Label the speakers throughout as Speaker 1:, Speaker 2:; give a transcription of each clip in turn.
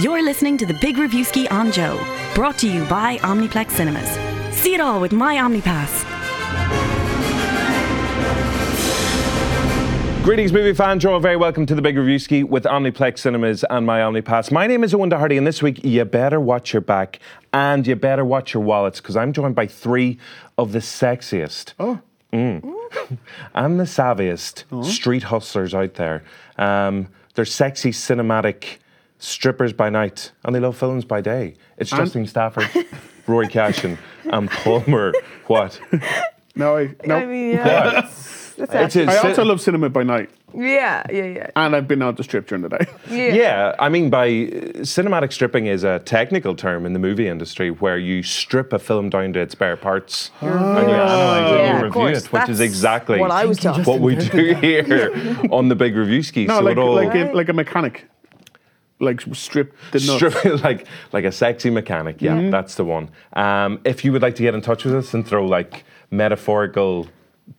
Speaker 1: You're listening to the Big Review Ski on Joe, brought to you by Omniplex Cinemas. See it all with my OmniPass.
Speaker 2: Greetings, movie fans. You're all very welcome to the Big Review Ski with Omniplex Cinemas and my OmniPass. My name is Owen Doherty, and this week you better watch your back and you better watch your wallets because I'm joined by three of the sexiest
Speaker 3: Oh.
Speaker 2: Mm. and the savviest street hustlers out there. Um, they're sexy, cinematic strippers by night, and they love films by day. It's Justin Stafford, Rory Cashin, and Palmer. What?
Speaker 3: No, I, no.
Speaker 4: I mean, yeah.
Speaker 2: It's a
Speaker 3: I
Speaker 2: cin-
Speaker 3: also love cinema by night,
Speaker 4: yeah, yeah, yeah,
Speaker 3: and I've been out to strip during the day.
Speaker 4: yeah.
Speaker 2: Yeah, I mean, by uh, cinematic stripping is a technical term in the movie industry where you strip a film down to its bare parts and you analyze it
Speaker 4: Yeah,
Speaker 2: and
Speaker 4: of
Speaker 2: you review
Speaker 4: course.
Speaker 2: it, which is
Speaker 4: That's
Speaker 2: exactly
Speaker 4: what I was Thank you,
Speaker 2: what we do here on the Big Review Ski.
Speaker 3: No,
Speaker 2: so
Speaker 3: like
Speaker 2: it all
Speaker 3: like a,
Speaker 4: Right.
Speaker 3: like a mechanic, like strip the nuts. Mm-hmm.
Speaker 2: strip like like a sexy mechanic. Yeah, that's the one. Um, if you would like to get in touch with us and throw like metaphorical.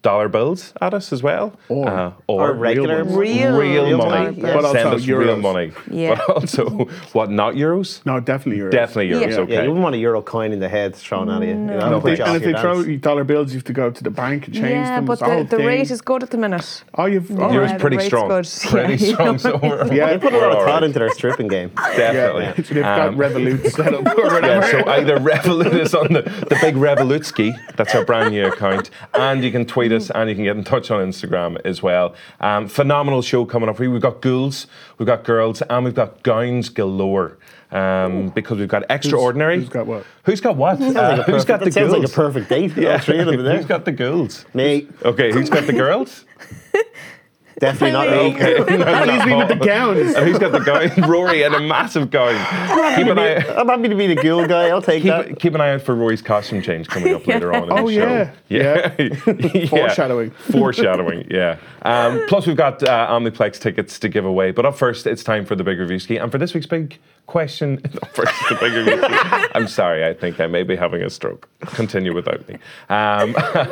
Speaker 2: Dollar bills at us as well, uh,
Speaker 3: Or-
Speaker 2: or,
Speaker 5: Or regular
Speaker 2: real,
Speaker 4: money.
Speaker 2: real,
Speaker 4: Real
Speaker 2: money.
Speaker 4: money, yeah.
Speaker 3: But
Speaker 2: Send
Speaker 3: also
Speaker 2: us real
Speaker 3: euros.
Speaker 2: money,
Speaker 4: Yeah.
Speaker 2: but also what? Not euros?
Speaker 3: No, definitely yours.
Speaker 2: Definitely euros.
Speaker 4: Yeah.
Speaker 2: Okay.
Speaker 5: Yeah, you wouldn't want a euro coin in the head thrown at you. you know,
Speaker 3: And if
Speaker 5: put
Speaker 3: they,
Speaker 5: you off
Speaker 3: and if
Speaker 5: your
Speaker 3: they throw
Speaker 5: dance.
Speaker 3: you dollar bills, you have to go to the bank and change
Speaker 4: yeah,
Speaker 3: them.
Speaker 4: but
Speaker 3: It's a whole
Speaker 4: the, the
Speaker 3: thing.
Speaker 4: rate is good at the minute.
Speaker 3: Oh, you've all
Speaker 4: Yeah.
Speaker 2: Yours
Speaker 3: right.
Speaker 2: pretty
Speaker 4: rate's
Speaker 2: strong.
Speaker 4: good.
Speaker 2: Pretty
Speaker 4: Yeah,
Speaker 2: strong. So we're,
Speaker 3: Yeah.
Speaker 2: we're
Speaker 3: They put
Speaker 5: Put a lot
Speaker 2: all
Speaker 5: of
Speaker 2: right.
Speaker 5: thought into their stripping game.
Speaker 2: Definitely.
Speaker 3: They've got
Speaker 2: Um,
Speaker 3: Revolut set up or whatever.
Speaker 2: yeah, so either Revolut is on the, the big Revolutski, that's our brand new account, and you can tweet us and you can get in touch on Instagram as well. Um, phenomenal show coming up. We've got ghouls, we've got girls, and we've got gowns galore um, because we've got extraordinary.
Speaker 3: who's got what?
Speaker 2: Who's got what?
Speaker 5: Sounds like
Speaker 2: Uh,
Speaker 5: a
Speaker 2: who's
Speaker 5: perfect-
Speaker 2: got the
Speaker 5: that sounds
Speaker 2: ghouls?
Speaker 5: like a perfect date. Yeah. All three of them in
Speaker 2: who's
Speaker 5: there.
Speaker 2: got the ghouls?
Speaker 5: Me,
Speaker 2: Okay, who's got the girls?
Speaker 5: definitely not
Speaker 4: Really?
Speaker 5: me.
Speaker 2: At
Speaker 3: least me with the gowns.
Speaker 2: Who's Oh, got the gown? Rory and a massive gown. Keep an eye.
Speaker 5: I'm happy to be the ghoul guy. I'll take that.
Speaker 2: keep, keep an eye out for Roy's costume change coming up later on in
Speaker 3: Oh,
Speaker 2: the show.
Speaker 3: yeah.
Speaker 2: yeah.
Speaker 3: Foreshadowing.
Speaker 2: Foreshadowing, yeah. Um, plus, we've got uh, Omniplex tickets to give away. But up first, it's time for the Big Review Ski. And for this week's big question, up first, the Big Review Ski. I'm sorry, I think I may be having a stroke. Continue without me. Um,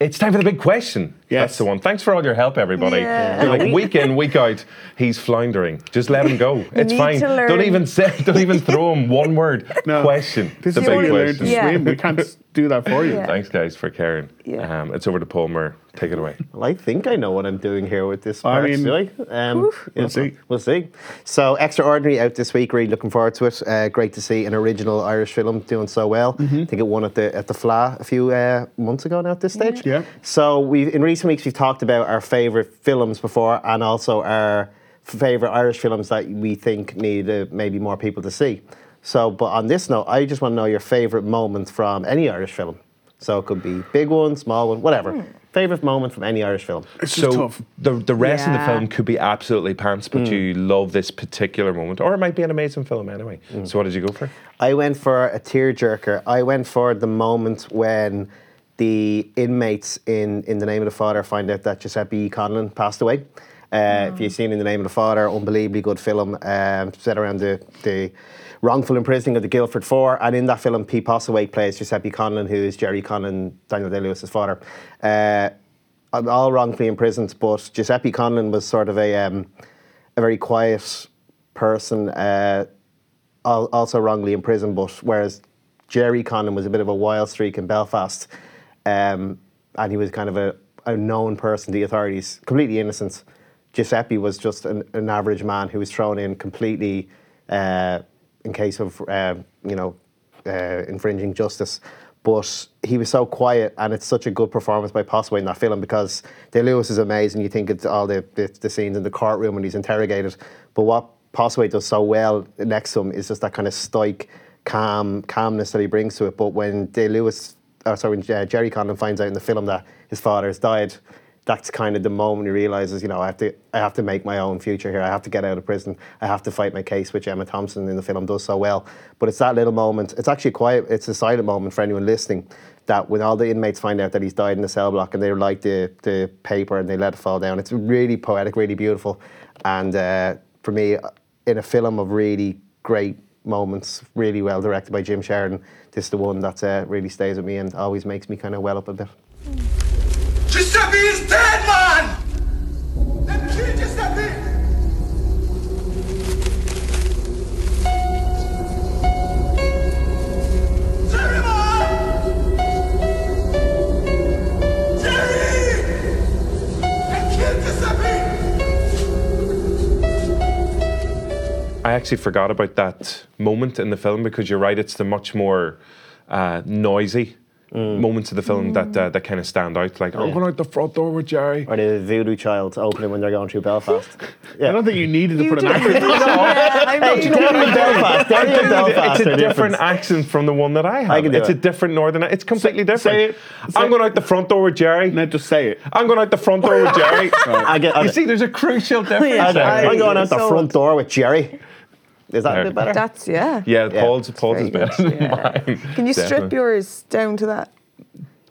Speaker 2: It's time for the big question. That's
Speaker 3: Yes.
Speaker 2: the one. Thanks for all your help, everybody.
Speaker 4: Yeah.
Speaker 2: You're Like week in, week out, he's floundering. Just let him go. It's
Speaker 4: need
Speaker 2: fine.
Speaker 4: to
Speaker 2: Don't
Speaker 4: learn.
Speaker 2: even say, don't even throw him one word.
Speaker 3: No.
Speaker 2: Question.
Speaker 3: This
Speaker 2: the
Speaker 3: is
Speaker 2: big
Speaker 3: why you learn
Speaker 2: question.
Speaker 3: to
Speaker 4: Yeah.
Speaker 3: swim. We can't s- do that for you.
Speaker 4: Yeah.
Speaker 2: Thanks, guys, for caring.
Speaker 4: Yeah.
Speaker 2: Um, it's over to Palmer. Take it away.
Speaker 5: Well, I think I know what I'm doing here with this.
Speaker 3: I
Speaker 5: Part,
Speaker 3: mean,
Speaker 5: do I? Um, yeah,
Speaker 3: we'll see.
Speaker 5: We'll see. So, Extraordinary out this week. Really looking forward to it. Uh, great to see an original Irish film doing so well.
Speaker 3: Mm-hmm.
Speaker 5: I think it won at the at the FLA a few uh, months ago now. At this stage,
Speaker 3: Yeah.
Speaker 5: So, we in recent weeks we've talked about our favourite films before, and also our favourite Irish films that we think need uh, maybe more people to see. So, but on this note, I just want to know your favourite moment from any Irish film. So it could be big one, small one, whatever.
Speaker 3: Hmm.
Speaker 5: Favorite moment from any Irish film?
Speaker 3: It's just
Speaker 2: so
Speaker 3: tough. Hmm.
Speaker 2: the the rest of the
Speaker 4: Yeah.
Speaker 2: film could be absolutely pants, but you love this particular moment, or it might be an amazing film anyway.
Speaker 3: Hmm.
Speaker 2: So what did you go for?
Speaker 5: I went for a tearjerker. I went for the moment when the inmates in In the Name of the Father find out that Giuseppe Conlon passed away. Uh, If you've seen In the Name of the Father, unbelievably good film, um, set around the, the wrongful imprisoning of the Guildford Four. And in that film, Pete Postlewaite plays Giuseppe Conlon, who is Jerry Conlon, Daniel Day-Lewis's father. Uh, all wrongfully imprisoned, but Giuseppe Conlon was sort of a, um, a very quiet person. Uh, al- also wrongly in prison, but whereas Jerry Conlon was a bit of a wild streak in Belfast, um, and he was kind of a, a known person to the authorities, completely innocent. Giuseppe was just an, an average man who was thrown in completely uh, in case of uh, you know uh, infringing justice. But he was so quiet, and it's such a good performance by Postway in that film because De Lewis is amazing. You think it's all the, the, the scenes in the courtroom when he's interrogated, but what Postway does so well next to him is just that kind of stoic, calm calmness that he brings to it. But when De Lewis, or sorry, when uh, Jerry Condon finds out in the film that his father has died, that's kind of the moment he realizes, you know, I have to, I have to make my own future here. I have to get out of prison. I have to fight my case, which Emma Thompson in the film does so well. But it's that little moment. It's actually quiet. It's a silent moment for anyone listening. That when all the inmates find out that he's died in the cell block and they light the the paper and they let it fall down, it's really poetic, really beautiful, and uh, for me, in a film of really great moments, really well directed by Jim Sheridan, this is the one that uh, really stays with me and always makes me kind of well up a bit.
Speaker 6: Giuseppe is dead, man! Them killed Giuseppe!
Speaker 2: I actually forgot about that moment in the film because you're right. It's the much more uh, noisy
Speaker 3: Hmm.
Speaker 2: moments of the film that uh, that kind of stand out. Like, oh, I'm going out the front door with Jerry.
Speaker 5: Or the voodoo child opening when they're going through Belfast.
Speaker 3: I don't think you needed to
Speaker 4: You
Speaker 3: put an
Speaker 4: do-
Speaker 3: accent.
Speaker 4: Yeah, I mean,
Speaker 5: Derry and Belfast. Derry and Belfast
Speaker 2: It's a
Speaker 5: are
Speaker 2: different accent from the one that I have.
Speaker 5: can do
Speaker 2: it's
Speaker 5: it.
Speaker 2: a different northern. It's completely different.
Speaker 3: say it. Say
Speaker 2: I'm
Speaker 3: it.
Speaker 2: going out the front door with Jerry.
Speaker 3: Now just say it.
Speaker 2: I'm going out the front door with Jerry.
Speaker 5: I get, I
Speaker 2: You
Speaker 5: get,
Speaker 2: see, there's a crucial difference.
Speaker 4: Yeah.
Speaker 2: there.
Speaker 4: I-
Speaker 5: I'm going out the
Speaker 4: so-
Speaker 5: front door with Jerry. Is that a bit better?
Speaker 4: That's yeah.
Speaker 2: Yeah, Paul's
Speaker 4: that's
Speaker 2: Paul's is
Speaker 4: very
Speaker 2: better than
Speaker 4: good, yeah.
Speaker 2: mine.
Speaker 4: Can you strip
Speaker 2: Definitely.
Speaker 4: yours down to that?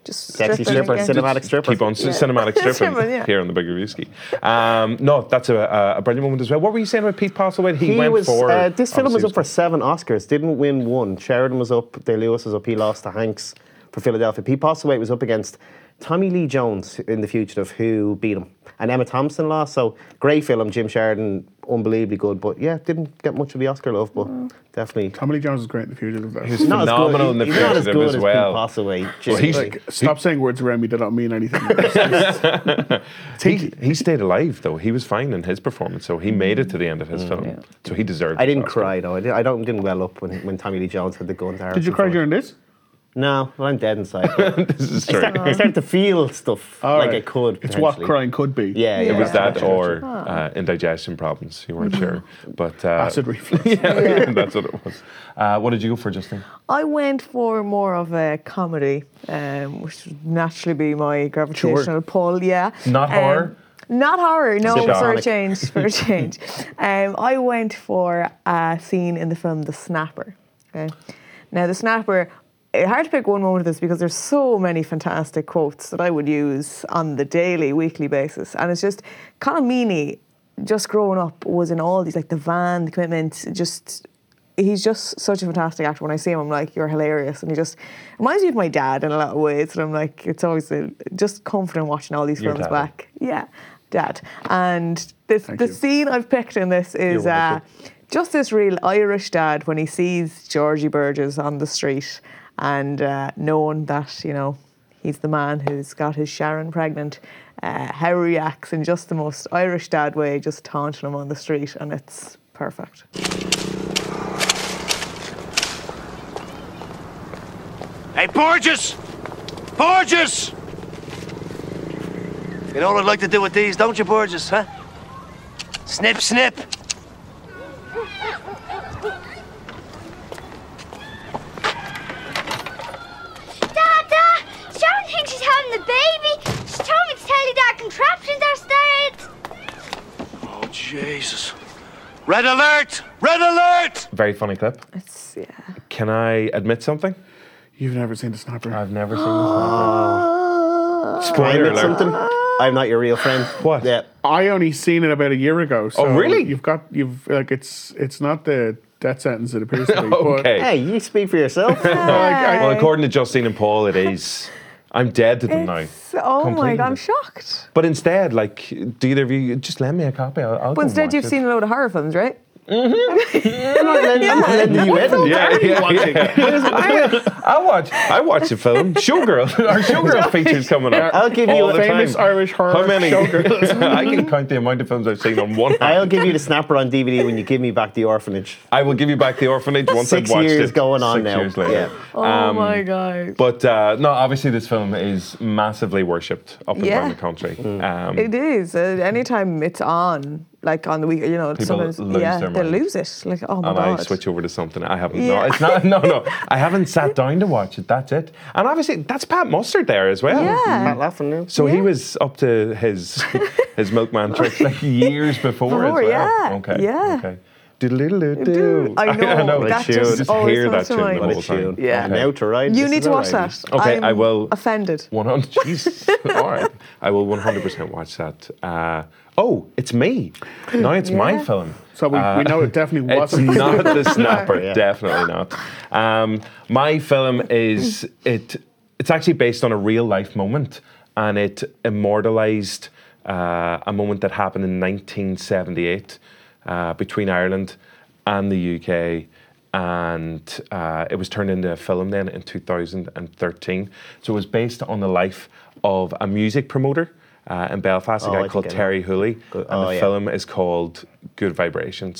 Speaker 4: Just strip
Speaker 5: Sexy
Speaker 4: it
Speaker 5: stripper,
Speaker 4: again.
Speaker 5: cinematic stripper.
Speaker 2: Keep on s- cinematic stripping
Speaker 4: Stripping, yeah.
Speaker 2: here on the Big Reviewski. Um, no, that's a, a, a brilliant moment as well. What were you saying about Pete Postlewaite? He,
Speaker 5: He
Speaker 2: went
Speaker 5: was,
Speaker 2: for
Speaker 5: uh, this film was
Speaker 2: obviously
Speaker 5: up for seven Oscars, didn't win one. Sheridan was up, De Lewis was up, he lost to Hanks for Philadelphia. Pete Postlewaite was up against Tommy Lee Jones in The Fugitive, who beat him. And Emma Thompson lost, so great film, Jim Sheridan, unbelievably good, but yeah, didn't get much of the Oscar love, but definitely.
Speaker 3: Tommy Lee Jones is great in the fugitive. Though.
Speaker 2: He's
Speaker 5: as good-
Speaker 2: phenomenal in The
Speaker 5: he's not as
Speaker 2: Fugitive
Speaker 5: good
Speaker 2: as
Speaker 5: Pete
Speaker 2: well.
Speaker 5: Postlewaite,
Speaker 2: Well, he's-
Speaker 5: geez.
Speaker 3: like, stop saying words around me that don't mean anything.
Speaker 2: He, he stayed alive though. He was fine in his performance, so he made it to the end of his film. So he deserved.
Speaker 5: Mm, I
Speaker 2: the
Speaker 5: didn't
Speaker 2: Oscar.
Speaker 5: cry though. I, did, I don't didn't well up when, when Tommy Lee Jones had the gun to
Speaker 3: Did you cry during this?
Speaker 5: No, well, I'm dead inside. but
Speaker 2: This is true.
Speaker 5: I started to feel stuff
Speaker 3: All
Speaker 5: like
Speaker 3: right.
Speaker 5: it could.
Speaker 3: It's what
Speaker 5: potentially.
Speaker 3: crying could be.
Speaker 5: Yeah,
Speaker 4: It
Speaker 5: yeah.
Speaker 2: It was
Speaker 5: yeah.
Speaker 2: that or uh, indigestion problems. You weren't sure, but uh,
Speaker 3: Acid reflux.
Speaker 2: yeah, that's what it was. Uh, what did you go for, Justin?
Speaker 4: I went for more of a comedy, um, which would naturally be my gravitational pull. Yeah,
Speaker 2: Not
Speaker 4: Um,
Speaker 2: horror?
Speaker 4: Not horror. No,
Speaker 2: Sure.
Speaker 4: for a
Speaker 5: Ironic.
Speaker 4: change. For a change, um, I went for a scene in the film The Snapper. Okay, now The Snapper. It's hard to pick one moment of this because there's so many fantastic quotes that I would use on the daily, weekly basis, and it's just Conor Meaney, just growing up, was in all these like the van, the commitment, just he's just such a fantastic actor. When I see him, I'm like, you're hilarious. And he just reminds me of my dad in a lot of ways. And I'm like, it's always a, just confident watching all these
Speaker 2: Your
Speaker 4: films
Speaker 2: dad.
Speaker 4: back. Yeah, dad. And this, the
Speaker 3: you.
Speaker 4: scene I've picked in this is
Speaker 2: You're
Speaker 4: uh,
Speaker 2: welcome.
Speaker 4: just this real Irish dad when he sees Georgie Burgess on the street and uh, knowing that, you know, he's the man who's got his Sharon pregnant. Uh, how he reacts in just the most Irish dad way, just taunting him on the street, and it's perfect.
Speaker 7: Hey, Borges! Borges! You know what I'd like to do with these, don't you, Borges, huh? Snip, snip.
Speaker 8: Dada! Sharon thinks she's having the baby. She told me to tell you that contraptions are started.
Speaker 7: Oh, Jesus. Red alert! Red alert!
Speaker 2: Very funny clip.
Speaker 4: It's, yeah.
Speaker 2: Can I admit something?
Speaker 3: You've never seen the snapper.
Speaker 2: I've never seen this.
Speaker 5: I
Speaker 2: Spoiler
Speaker 5: admit
Speaker 2: alert.
Speaker 5: something. I'm not your real friend.
Speaker 2: What?
Speaker 5: Yeah.
Speaker 3: I only seen it about a year ago. So
Speaker 2: Oh, really?
Speaker 3: You've got you've like it's it's not the death sentence it appears to be.
Speaker 2: Okay.
Speaker 5: Hey, you speak for yourself.
Speaker 3: But, like, I-
Speaker 2: Well, according to Justine and Paul, it is. I'm dead to them now.
Speaker 4: It's- oh my
Speaker 2: Completely.
Speaker 4: god, I'm shocked.
Speaker 2: But instead, like, do either of you just lend me a copy? I'll, I'll go
Speaker 4: But instead,
Speaker 2: watch
Speaker 4: you've
Speaker 2: it.
Speaker 4: seen a load of horror films, right?
Speaker 5: I'm not lending, I'm not lending you in.
Speaker 2: Yeah, yeah, yeah. I, I watch. I watch the film Showgirl. Our Showgirl features coming up.
Speaker 5: I'll give you
Speaker 2: all
Speaker 5: a
Speaker 2: the
Speaker 3: famous
Speaker 2: time.
Speaker 3: Irish horror
Speaker 2: How many?
Speaker 3: Showgirl.
Speaker 2: I can count the amount of films I've seen on one. hand.
Speaker 5: I'll give you the snapper on DVD when you give me back the orphanage.
Speaker 2: I will give you back the orphanage once
Speaker 5: Six
Speaker 2: I've watched
Speaker 5: years
Speaker 2: it.
Speaker 5: going on
Speaker 2: Six
Speaker 5: now.
Speaker 2: Years later.
Speaker 5: Yeah.
Speaker 4: Oh
Speaker 2: Um,
Speaker 4: my god.
Speaker 2: But uh, no, obviously this film is massively worshipped up and
Speaker 4: Yeah.
Speaker 2: down the country.
Speaker 5: Mm-hmm.
Speaker 2: Um,
Speaker 4: It is. Uh, anytime it's on, like on the week, you know, sometimes
Speaker 2: lose
Speaker 4: yeah,
Speaker 2: their
Speaker 4: they
Speaker 2: mind.
Speaker 4: lose it. Like oh my
Speaker 2: and
Speaker 4: god.
Speaker 2: I switch over to something I haven't. No,
Speaker 4: Yeah.
Speaker 2: it's not. No, no, I haven't sat down to watch it. That's it. And obviously, that's Pat Mustard there as well.
Speaker 4: yeah.
Speaker 5: Not laughing now.
Speaker 2: So he
Speaker 4: Yeah.
Speaker 2: was up to his his milkman trick like years before,
Speaker 4: Before,
Speaker 2: as well.
Speaker 4: yeah,
Speaker 2: Okay.
Speaker 4: yeah.
Speaker 2: Okay. Doodle-doo-doo.
Speaker 4: Dude, I know.
Speaker 5: What a
Speaker 4: that
Speaker 5: tune.
Speaker 4: just,
Speaker 2: Just
Speaker 4: always
Speaker 2: hear that
Speaker 4: comes to
Speaker 2: tune the
Speaker 4: mind.
Speaker 5: What
Speaker 2: whole
Speaker 5: a
Speaker 2: time.
Speaker 5: tune.
Speaker 4: Yeah.
Speaker 5: And Now to ride.
Speaker 4: You
Speaker 5: this
Speaker 4: need
Speaker 5: is
Speaker 4: to
Speaker 5: all
Speaker 4: watch
Speaker 5: right.
Speaker 4: that.
Speaker 2: Okay,
Speaker 4: I'm
Speaker 2: I will-
Speaker 4: Offended.
Speaker 2: One hundred. Jeez. All right. I will one hundred percent watch that. Uh, oh, it's me. Now it's my
Speaker 4: Yeah.
Speaker 2: film.
Speaker 3: so we, we know it definitely
Speaker 2: It's
Speaker 3: wasn't.
Speaker 2: not the snapper,
Speaker 5: Yeah.
Speaker 2: definitely not. Um, my film is it. It's actually based on a real life moment, and it immortalized uh, a moment that happened in 1978 uh, between Ireland and the UK, and uh, it was turned into a film then in 2013. So it was based on the life of a music promoter. uh, in Belfast, a
Speaker 5: Oh, I
Speaker 2: guy
Speaker 5: think
Speaker 2: called
Speaker 5: I know.
Speaker 2: Terry Hooley,
Speaker 5: Good-
Speaker 2: and
Speaker 5: oh,
Speaker 2: the
Speaker 5: yeah. Mm.
Speaker 2: film is called Good Vibrations.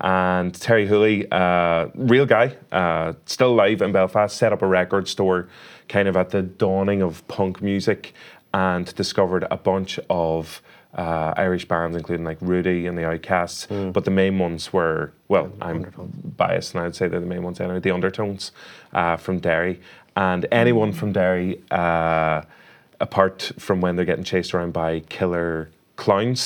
Speaker 2: And Terry Hooley, uh, real guy, uh, still alive in Belfast, set up a record store kind of at the dawning of punk music and discovered a bunch of uh, Irish bands, including like Rudy and the Outcasts.
Speaker 5: Mm.
Speaker 2: But the main ones were, well, I'm biased and I'd say they're the main ones anyway, the Undertones uh, from Derry. And
Speaker 5: Mm.
Speaker 2: anyone from Derry, uh, apart from when they're getting chased around by killer clowns,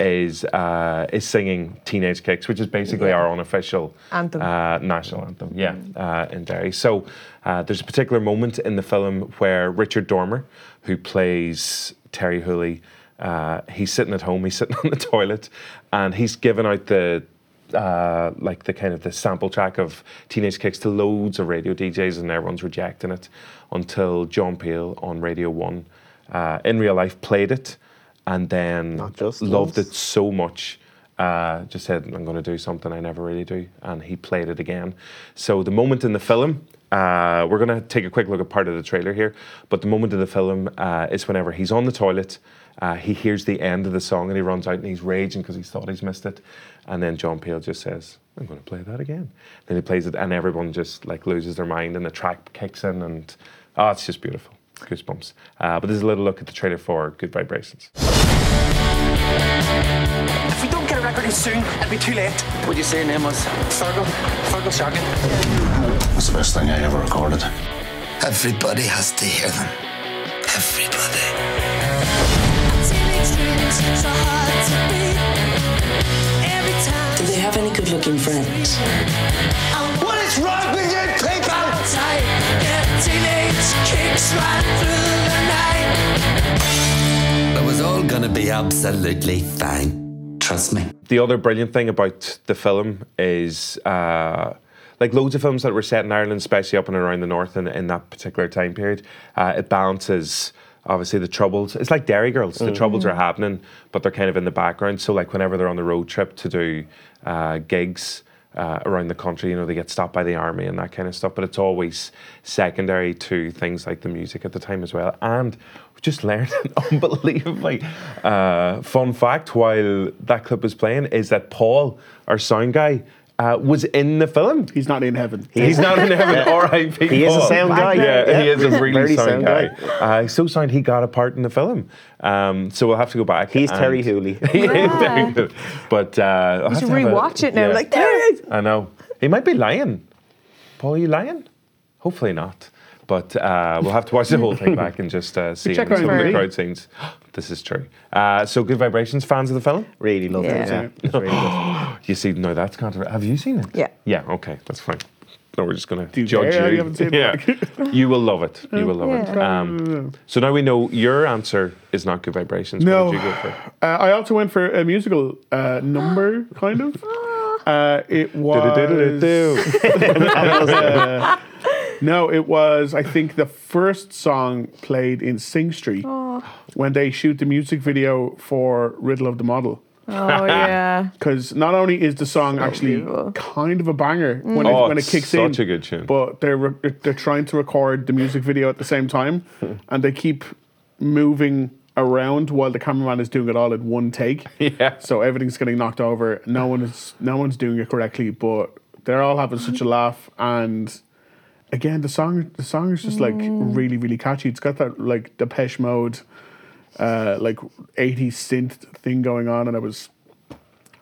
Speaker 2: is uh, is singing Teenage Kicks, which is basically our unofficial
Speaker 4: Anthem.
Speaker 2: uh, national anthem. Yeah, uh, in Derry. So uh, there's a particular moment in the film where Richard Dormer, who plays Terry Hooley, uh, he's sitting at home. He's sitting on the toilet, and he's giving out the uh, like the kind of the sample track of Teenage Kicks to loads of radio DJs, and everyone's rejecting it until John Peel on Radio One, uh, in real life, played it, and then
Speaker 5: Not just
Speaker 2: loved
Speaker 5: once.
Speaker 2: it so much. Uh, just said, I'm going to do something I never really do. And he played it again. So, the moment in the film, uh, we're going to take a quick look at part of the trailer here. But the moment in the film uh, is whenever he's on the toilet, uh, he hears the end of the song and he runs out and he's raging because he's thought he's missed it. And then John Peel just says, I'm going to play that again. Then he plays it and everyone just like loses their mind and the track kicks in and oh, it's just beautiful. Goosebumps. Uh, but there's a little look at the trailer for Good Vibrations.
Speaker 9: If we don't get a record in soon, it'll be too late. What you say your name was? Fergal. Fergal Sharkin.
Speaker 6: It's the best thing I ever recorded.
Speaker 7: Everybody has to hear them. Everybody.
Speaker 10: Do they have any good looking friends?
Speaker 7: What is wrong with you people? It was all gonna be absolutely fine. Trust me.
Speaker 2: the other brilliant thing about the film is uh, like loads of films that were set in Ireland, especially up and around the north in, in that particular time period, uh, it balances obviously the troubles. It's like Dairy Girls, the troubles are happening, but they're kind of in the background. So, like, whenever they're on the road trip to do uh, gigs, uh, around the country, you know, they get stopped by the army and that kind of stuff. But it's always secondary to things like the music at the time as well. And we just learned an unbelievably uh, fun fact while that clip was playing is that Paul, our sound guy, uh, was in the film.
Speaker 3: He's not in heaven.
Speaker 2: He's not in heaven. R.I.P.
Speaker 5: He is a
Speaker 2: Paul.
Speaker 5: sound guy.
Speaker 2: Yeah, he
Speaker 5: Yeah.
Speaker 2: is a really
Speaker 5: Very
Speaker 2: sound
Speaker 5: sound
Speaker 2: guy. Uh, so sound he got a part in the film. Um, so we'll have to go back.
Speaker 5: He's Terry
Speaker 2: and-
Speaker 5: Hooley.
Speaker 2: He is Terry Hooley. But uh, I'll
Speaker 4: You
Speaker 2: have
Speaker 4: should
Speaker 2: to have a-
Speaker 4: rewatch it now.
Speaker 2: yeah.
Speaker 4: Like, there it is.
Speaker 2: I know. He might be lying. Paul, are you lying? Hopefully not. But uh, we'll have to watch the whole thing back and just uh, see
Speaker 3: check
Speaker 2: some of
Speaker 3: around
Speaker 2: the
Speaker 3: me.
Speaker 2: crowd scenes. This is true. Uh, so, Good Vibrations, fans of the film?
Speaker 5: Really loved it.
Speaker 4: Yeah.
Speaker 5: Yeah. It's really
Speaker 2: Oh,
Speaker 5: good.
Speaker 2: You see, no, that's controversial. Have you seen it?
Speaker 4: Yeah.
Speaker 2: Yeah, okay, that's fine. No, we're just going to
Speaker 3: you
Speaker 2: judge
Speaker 3: dare?
Speaker 2: you.
Speaker 3: You haven't seen it.
Speaker 2: yeah. you will love it. You will love it.
Speaker 4: Yeah.
Speaker 2: Um, so now we know your answer is not Good Vibrations.
Speaker 3: No.
Speaker 2: What did you go for?
Speaker 3: Uh, I also went for a musical uh, number, kind of. Uh, it was. uh,
Speaker 2: Do-do-do-do-do.
Speaker 3: No, it was. I think the first song played in Sing Street when they shoot the music video for Riddle of the Model.
Speaker 4: Oh, yeah.
Speaker 3: Because not only is the song actually
Speaker 4: beautiful. Mm.
Speaker 3: kind of a banger when,
Speaker 2: Oh,
Speaker 3: it, when it
Speaker 2: it's
Speaker 3: kicks
Speaker 2: such
Speaker 3: in,
Speaker 2: a good tune.
Speaker 3: but they're re- they're trying to record the music video at the same time, and they keep moving around while the cameraman is doing it all in one take.
Speaker 2: Yeah.
Speaker 3: So everything's getting knocked over. No one is no one's doing it correctly, but they're all having such a laugh and. Again, the song the song is just like
Speaker 4: Mm.
Speaker 3: really really catchy. It's got that like Depeche Mode, uh, like 80 synth thing going on, and I was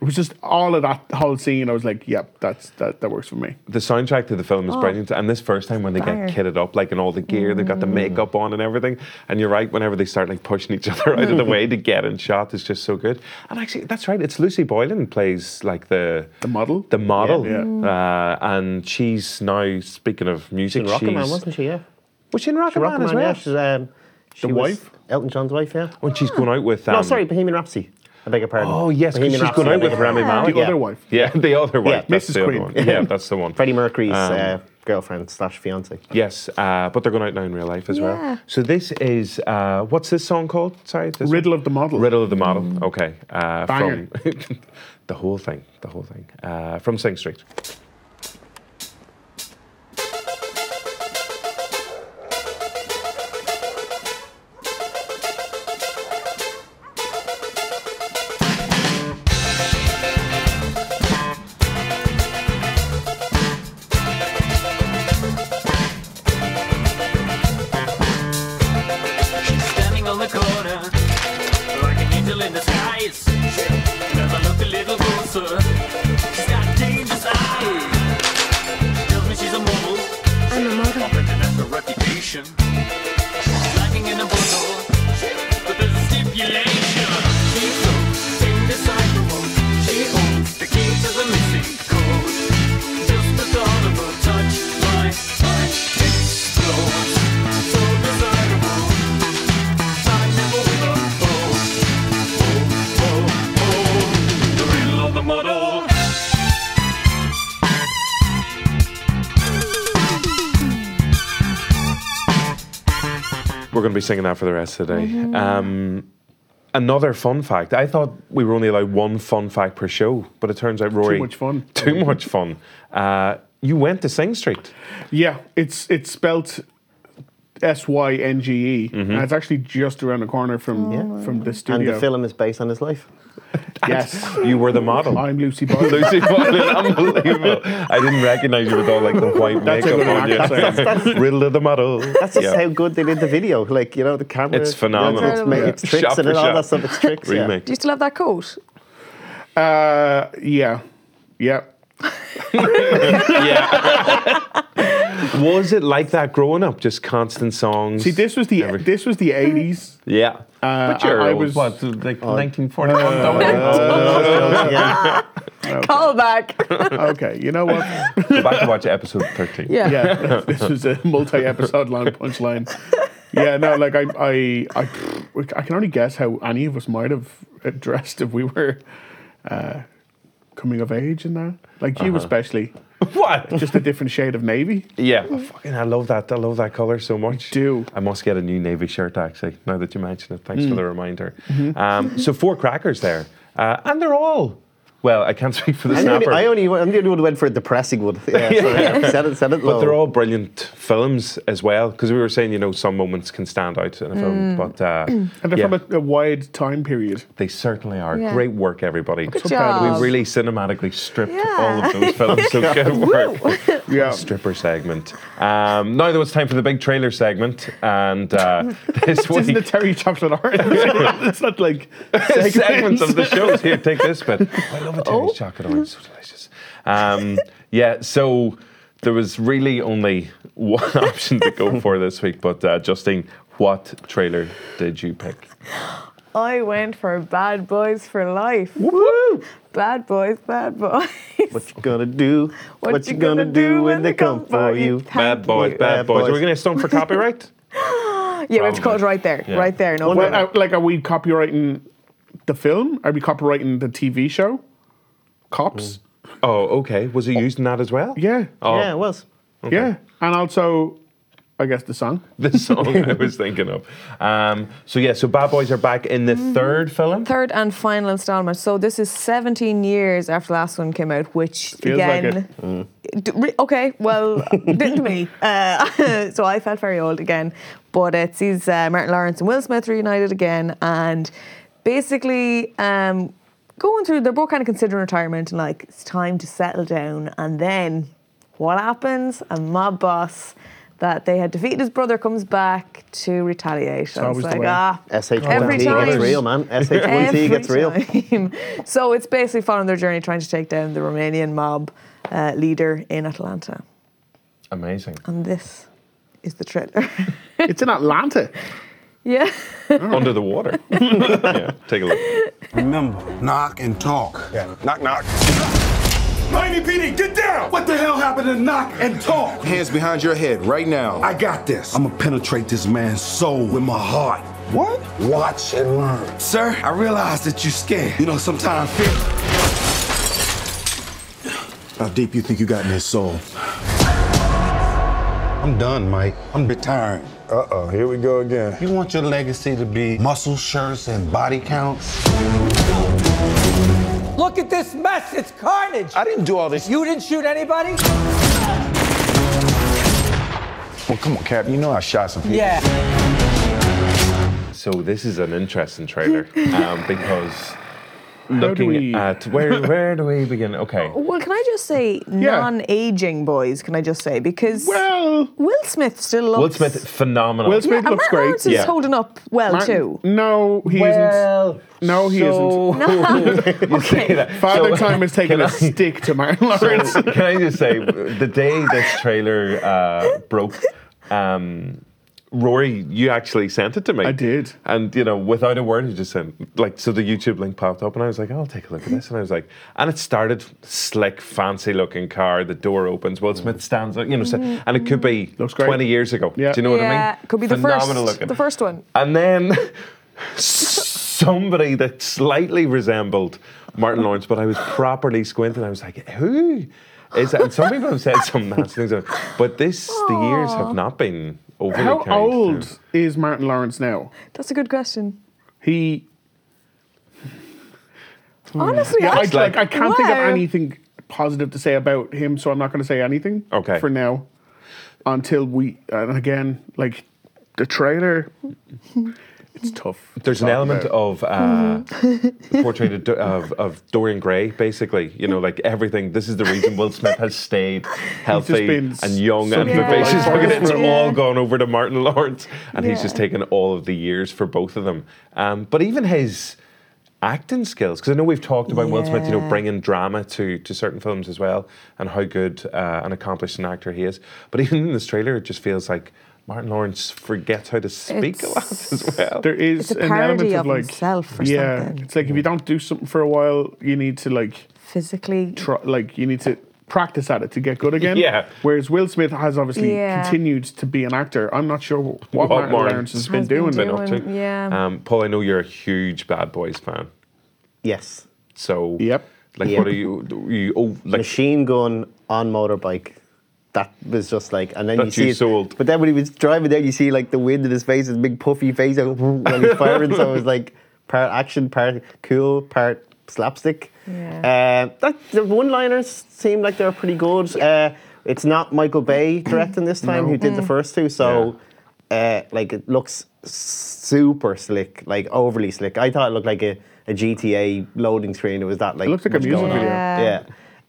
Speaker 3: it was just all of that whole scene. I was like, "Yep, that's that. That works for me."
Speaker 2: the soundtrack to the film is brilliant, and this first time when they
Speaker 4: Banger.
Speaker 2: get kitted up, like in all the gear, they've got the makeup on and everything. And you're right, whenever they start like pushing each other out of the way to get in shot, it's just so good. And actually, that's right. It's Lucy Boylan plays like the
Speaker 3: The model?
Speaker 2: the model,
Speaker 3: Yeah, yeah.
Speaker 2: Uh, and she's now speaking of music.
Speaker 5: Rocket Man,
Speaker 2: she's-
Speaker 5: wasn't she? Yeah.
Speaker 2: Was she in Rocket,
Speaker 5: She Rocket
Speaker 2: Man as well?
Speaker 5: yeah. She's, um, she
Speaker 3: The
Speaker 5: was
Speaker 3: wife?
Speaker 5: Elton John's wife, yeah.
Speaker 2: When she's going out with um,
Speaker 5: no, sorry, Bohemian Rhapsody. I beg your pardon.
Speaker 2: Oh yes, 'cause
Speaker 5: Bohemian
Speaker 2: she's going
Speaker 5: Rhapsody, I
Speaker 2: out
Speaker 5: beg
Speaker 2: with
Speaker 5: your
Speaker 2: Remy
Speaker 5: pardon.
Speaker 2: Malik.
Speaker 3: The
Speaker 5: Yeah.
Speaker 3: other wife,
Speaker 2: Yeah, the other one.
Speaker 5: Yeah,
Speaker 2: that's
Speaker 3: Mrs.
Speaker 2: the other
Speaker 3: Queen.
Speaker 2: one. Yeah, that's the one.
Speaker 5: Freddie Mercury's
Speaker 2: Um,
Speaker 5: uh, girlfriend slash fiance.
Speaker 2: Yes, uh, but they're going out now in real life as
Speaker 4: Yeah.
Speaker 2: well. So this is uh, what's this song called? Sorry, this
Speaker 3: Riddle of the Model.
Speaker 2: Riddle of the Model. Okay, uh,
Speaker 3: Banger.
Speaker 2: from the whole thing, the whole thing uh, from Sing Street. We're going to be singing that for the rest of the day. Um, another fun fact. I thought we were only allowed one fun fact per show, but it turns out Rory
Speaker 3: much fun.
Speaker 2: Too much fun. Uh, you went to Sing Street.
Speaker 3: Yeah, it's it's spelt S Y N G E, and it's actually just around the corner from from the
Speaker 5: And
Speaker 3: studio.
Speaker 5: the film is based on his life.
Speaker 3: yes,
Speaker 2: You were the model.
Speaker 3: I'm Lucy Boyle.
Speaker 2: Lucy Boylan, unbelievable. I didn't recognise you with all like the white
Speaker 3: That's a
Speaker 2: makeup
Speaker 3: good
Speaker 2: on you.
Speaker 3: accent.
Speaker 2: Riddle of the model.
Speaker 5: That's just
Speaker 2: Yeah.
Speaker 5: how good they did the video. Like you know, the camera.
Speaker 2: It's phenomenal.
Speaker 5: It's, ma- it's tricks
Speaker 2: Shot
Speaker 5: and
Speaker 2: for
Speaker 5: all
Speaker 2: shot.
Speaker 5: that stuff. It's tricks. yeah.
Speaker 2: Remake.
Speaker 4: Do you still have that coat?
Speaker 3: Uh, yeah, yeah.
Speaker 2: Was it like that growing up? Just constant songs.
Speaker 3: See, this was the
Speaker 2: Every-
Speaker 3: this was the eighties.
Speaker 2: Yeah.
Speaker 3: Uh,
Speaker 2: but you're
Speaker 3: I- I
Speaker 2: old.
Speaker 3: was-
Speaker 2: what, like 1941?
Speaker 5: Yeah.
Speaker 4: Call back.
Speaker 3: Okay, you know what?
Speaker 2: Go back to watch episode 13.
Speaker 4: Yeah.
Speaker 3: yeah, this was a multi-episode long punchline. Yeah, no, like I, I, I, I can only guess how any of us might have dressed if we were uh, coming of age in that. Like
Speaker 2: Uh-huh.
Speaker 3: you, especially,
Speaker 2: What?
Speaker 3: just a different shade of navy.
Speaker 2: yeah. Oh, fucking, I love that. I love that colour so much.
Speaker 3: do.
Speaker 2: I must get a new navy shirt, actually, now that you mention it. Thanks for the reminder. Um, so, four crackers there. Uh, and they're all, well, I can't speak for the
Speaker 5: I only,
Speaker 2: snapper.
Speaker 5: I only, I'm the only one who went for a depressing one. Yeah, yeah. Set it, set it
Speaker 2: But
Speaker 5: low.
Speaker 2: they're all brilliant films as well, because we were saying, you know, some moments can stand out in a film, but uh,
Speaker 3: Mm. And they're
Speaker 2: yeah,
Speaker 3: from a, a wide time period.
Speaker 2: they certainly are.
Speaker 4: Yeah.
Speaker 2: Great work, everybody.
Speaker 4: Good proud of job.
Speaker 2: We really cinematically stripped
Speaker 4: Yeah.
Speaker 2: all of those films, so good work.
Speaker 3: Yeah.
Speaker 2: Stripper segment. Um, now though, it's time for the big trailer segment, and uh, this
Speaker 3: This isn't a
Speaker 2: week
Speaker 3: Terry Chocolate Heart. it's not like segments.
Speaker 2: segments of the shows. Here, take this bit. I love a Terry's chocolate orange. It's so delicious. Um, yeah, so there was really only one option to go for this week, but uh, Justine, what trailer did you pick?
Speaker 4: I went for Bad Boys for Life.
Speaker 2: Woo!
Speaker 4: Bad Boys, bad boys.
Speaker 5: What you gonna do? What, you gonna, do when they come for you?
Speaker 2: Bad boys, bad
Speaker 5: Bad
Speaker 2: boys. Are we
Speaker 5: boys.
Speaker 2: going to stone for copyright?
Speaker 4: Yeah, we have to call it right there.
Speaker 2: Yeah.
Speaker 4: Right there. No
Speaker 5: Well,
Speaker 4: problem.
Speaker 3: Well, uh, like, are we copywriting the film? Are we copywriting the TV show? Cops.
Speaker 2: Oh, okay. Was he using that as well?
Speaker 3: Yeah.
Speaker 2: Oh,
Speaker 5: Yeah, it was.
Speaker 3: Yeah, and also, I guess the song.
Speaker 2: the song I was thinking of. Um, so yeah, so Bad Boys are back in the
Speaker 5: Mm-hmm.
Speaker 2: third film.
Speaker 4: Third and final installment. So this is 17 years after the last one came out, which
Speaker 3: Feels like
Speaker 4: again. D- re- okay, well, didn't to me. Uh, so I felt very old again. But it sees uh, Martin Lawrence and Will Smith reunited again, and basically um, going through. They're both kind of considering retirement and like it's time to settle down. And then what happens? A mob boss that they had defeated his brother comes back to retaliate. I was
Speaker 3: always the
Speaker 4: like,
Speaker 3: way.
Speaker 4: ah, Every
Speaker 5: SH1T gets
Speaker 4: time.
Speaker 5: real, man. SH1T gets real.
Speaker 4: time. so it's basically following their journey trying to take down the Romanian mob uh, leader in Atlanta.
Speaker 2: Amazing.
Speaker 4: And this is the trailer.
Speaker 3: It's in Atlanta.
Speaker 4: yeah.
Speaker 2: Under the water. yeah, take a look.
Speaker 6: Knock and talk. Yeah. Knock, knock.
Speaker 9: Miami PD, get down! What the hell happened to knock and talk?
Speaker 6: Hands behind your head right now.
Speaker 9: I got this. I'm gonna penetrate this man's soul with my heart. What? Watch and learn. Sir, I realize that you're scared. You know, sometimes fear.
Speaker 6: How deep you think you got in his soul? I'm done, Mike. I'm retiring.
Speaker 9: Uh-oh, here we go again.
Speaker 6: You want your legacy to be muscle shirts and body counts?
Speaker 11: Look at this mess. It's carnage.
Speaker 9: I didn't do all this.
Speaker 11: You didn't shoot anybody?
Speaker 9: Well, come on, Cap. You know I shot some people.
Speaker 11: Yeah.
Speaker 2: So this is an interesting trailer um, because looking
Speaker 3: we- Oh.
Speaker 2: at where where do we begin? Okay.
Speaker 4: Well, can I just say non-aging boys? Can I just say because
Speaker 3: Well,
Speaker 4: Will Smith still looks.
Speaker 2: Will Smith, phenomenal.
Speaker 3: Will Smith
Speaker 4: and
Speaker 3: looks
Speaker 4: Martin
Speaker 3: great.
Speaker 4: Lawrence is
Speaker 2: Yeah.
Speaker 4: holding up well
Speaker 3: Martin-
Speaker 4: too.
Speaker 3: No, he
Speaker 2: Well,
Speaker 3: isn't. No, he
Speaker 2: so-
Speaker 3: isn't.
Speaker 2: You say that. So-
Speaker 3: Father Time is taking
Speaker 2: Can
Speaker 3: a
Speaker 2: I-
Speaker 3: stick to Martin Lawrence.
Speaker 2: So, can I just say, the day this trailer uh, broke, um, Rory, you actually sent it to me.
Speaker 3: I did.
Speaker 2: And, you know, without a word, you just sent, like, so the YouTube link popped up, and I was like, I'll take a look at this. And I was like, and it started slick, fancy looking car, the door opens, Will Smith stands, out, you know, sta- and it could be
Speaker 3: Looks great.
Speaker 2: 20 years ago.
Speaker 3: Yeah.
Speaker 2: Do you know what
Speaker 4: Mm-hmm. Yeah,
Speaker 2: I mean?
Speaker 4: could be the first-
Speaker 2: Phenomenal looking.
Speaker 4: the first one.
Speaker 2: And then somebody that slightly resembled Martin Lawrence, but I was properly squinting. I was like, who is that? And some people have said some nasty things, but this, the years have not been overly
Speaker 3: How
Speaker 2: kind.
Speaker 3: old is Martin Lawrence now?
Speaker 4: That's a good question.
Speaker 3: He
Speaker 4: Honestly,
Speaker 3: Hmm. yeah,
Speaker 4: I-
Speaker 3: I, like, I can't think of
Speaker 4: Wow.
Speaker 3: anything positive to say about him, so I'm not going to say anything.
Speaker 2: Okay.
Speaker 3: For now, until we and again, like the trailer, it's tough. to
Speaker 2: There's an
Speaker 3: talk
Speaker 2: element
Speaker 3: about.
Speaker 2: of uh,
Speaker 4: Mm-hmm.
Speaker 2: portrait of, Do- of, of Dorian Gray, basically. You know, like everything. This is the reason Will Smith has stayed healthy
Speaker 3: been
Speaker 2: and young
Speaker 3: so
Speaker 2: and
Speaker 4: Yeah.
Speaker 2: vivacious. Look at it, it's
Speaker 4: Yeah.
Speaker 2: all gone over to Martin Lawrence, and he's
Speaker 4: Yeah.
Speaker 2: just taken all of the years for both of them. Um, but even his acting skills, because I know we've talked about Will Smith, you know,
Speaker 4: Yeah.
Speaker 2: bringing drama to to certain films as well, and how good uh, and accomplished an actor he is. But even in this trailer, it just feels like. Martin Lawrence forgets how to speak a lot as
Speaker 4: It's-
Speaker 2: well.
Speaker 3: There is
Speaker 4: Oh. It's a
Speaker 3: an element
Speaker 4: parody
Speaker 3: of,
Speaker 4: of
Speaker 3: like
Speaker 4: himself or
Speaker 3: yeah,
Speaker 4: something.
Speaker 3: it's like if you don't do something for a while, you need to like
Speaker 4: physically.
Speaker 3: try, like you need to practice at it to get good again.
Speaker 2: Yeah.
Speaker 3: Whereas Will Smith has obviously
Speaker 4: Yeah.
Speaker 3: continued to be an actor. I'm not sure what,
Speaker 2: What
Speaker 3: Martin
Speaker 2: Martin
Speaker 3: Lawrence has
Speaker 2: has
Speaker 3: been
Speaker 4: been
Speaker 3: doing.
Speaker 4: doing.
Speaker 2: been up to.
Speaker 4: yeah.
Speaker 2: Um, Paul, I know you're a huge Bad Boys fan.
Speaker 5: Yes.
Speaker 2: So
Speaker 3: Yep.
Speaker 2: Like
Speaker 5: Yep.
Speaker 2: what are you? do You oh like
Speaker 5: machine gun on motorbike. That was just like, and then
Speaker 2: That's
Speaker 5: you see
Speaker 2: you
Speaker 5: it-
Speaker 2: sold.
Speaker 5: But then when he was driving down, you see like the wind in his face, his big puffy face, like, when he's firing. so it was like part action, part cool, part slapstick.
Speaker 4: Yeah.
Speaker 5: Uh, that the one-liners seem like they're pretty good. Uh, it's not Michael Bay directing this time, who did the first two. So, uh, like, it looks super slick, like overly slick. I thought it looked like a, a GTA loading screen. It was that like
Speaker 3: looks like a
Speaker 5: much
Speaker 3: music
Speaker 5: going on.
Speaker 3: video.
Speaker 4: Yeah.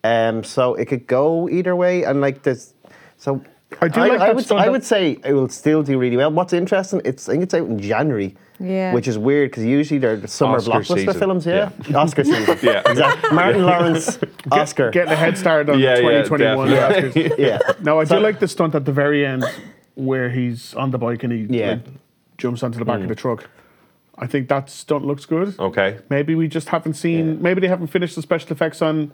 Speaker 5: Yeah. Um, so it could go either way, and like this, so
Speaker 3: I do like that
Speaker 5: would,
Speaker 3: stunt
Speaker 5: I
Speaker 3: that-
Speaker 5: would say it will still do really well. What's interesting, it's I think it's out in January,
Speaker 4: Yeah.
Speaker 5: which is weird because usually they're the summer
Speaker 2: Oscar
Speaker 5: blockbuster
Speaker 2: season.
Speaker 5: films, yeah, Oscar season,
Speaker 2: Yeah.
Speaker 5: exactly. Martin Lawrence, Oscar,
Speaker 3: Getting a head start on
Speaker 2: Yeah, yeah,
Speaker 3: 2021
Speaker 2: definitely.
Speaker 3: Oscars.
Speaker 5: yeah,
Speaker 3: No, I do like the stunt at the very end where he's on the bike and he
Speaker 5: Yeah.
Speaker 3: like, jumps onto the back of the truck. I think that stunt looks good.
Speaker 2: Hmm. okay.
Speaker 3: Maybe we just haven't seen. Maybe they haven't finished the special effects on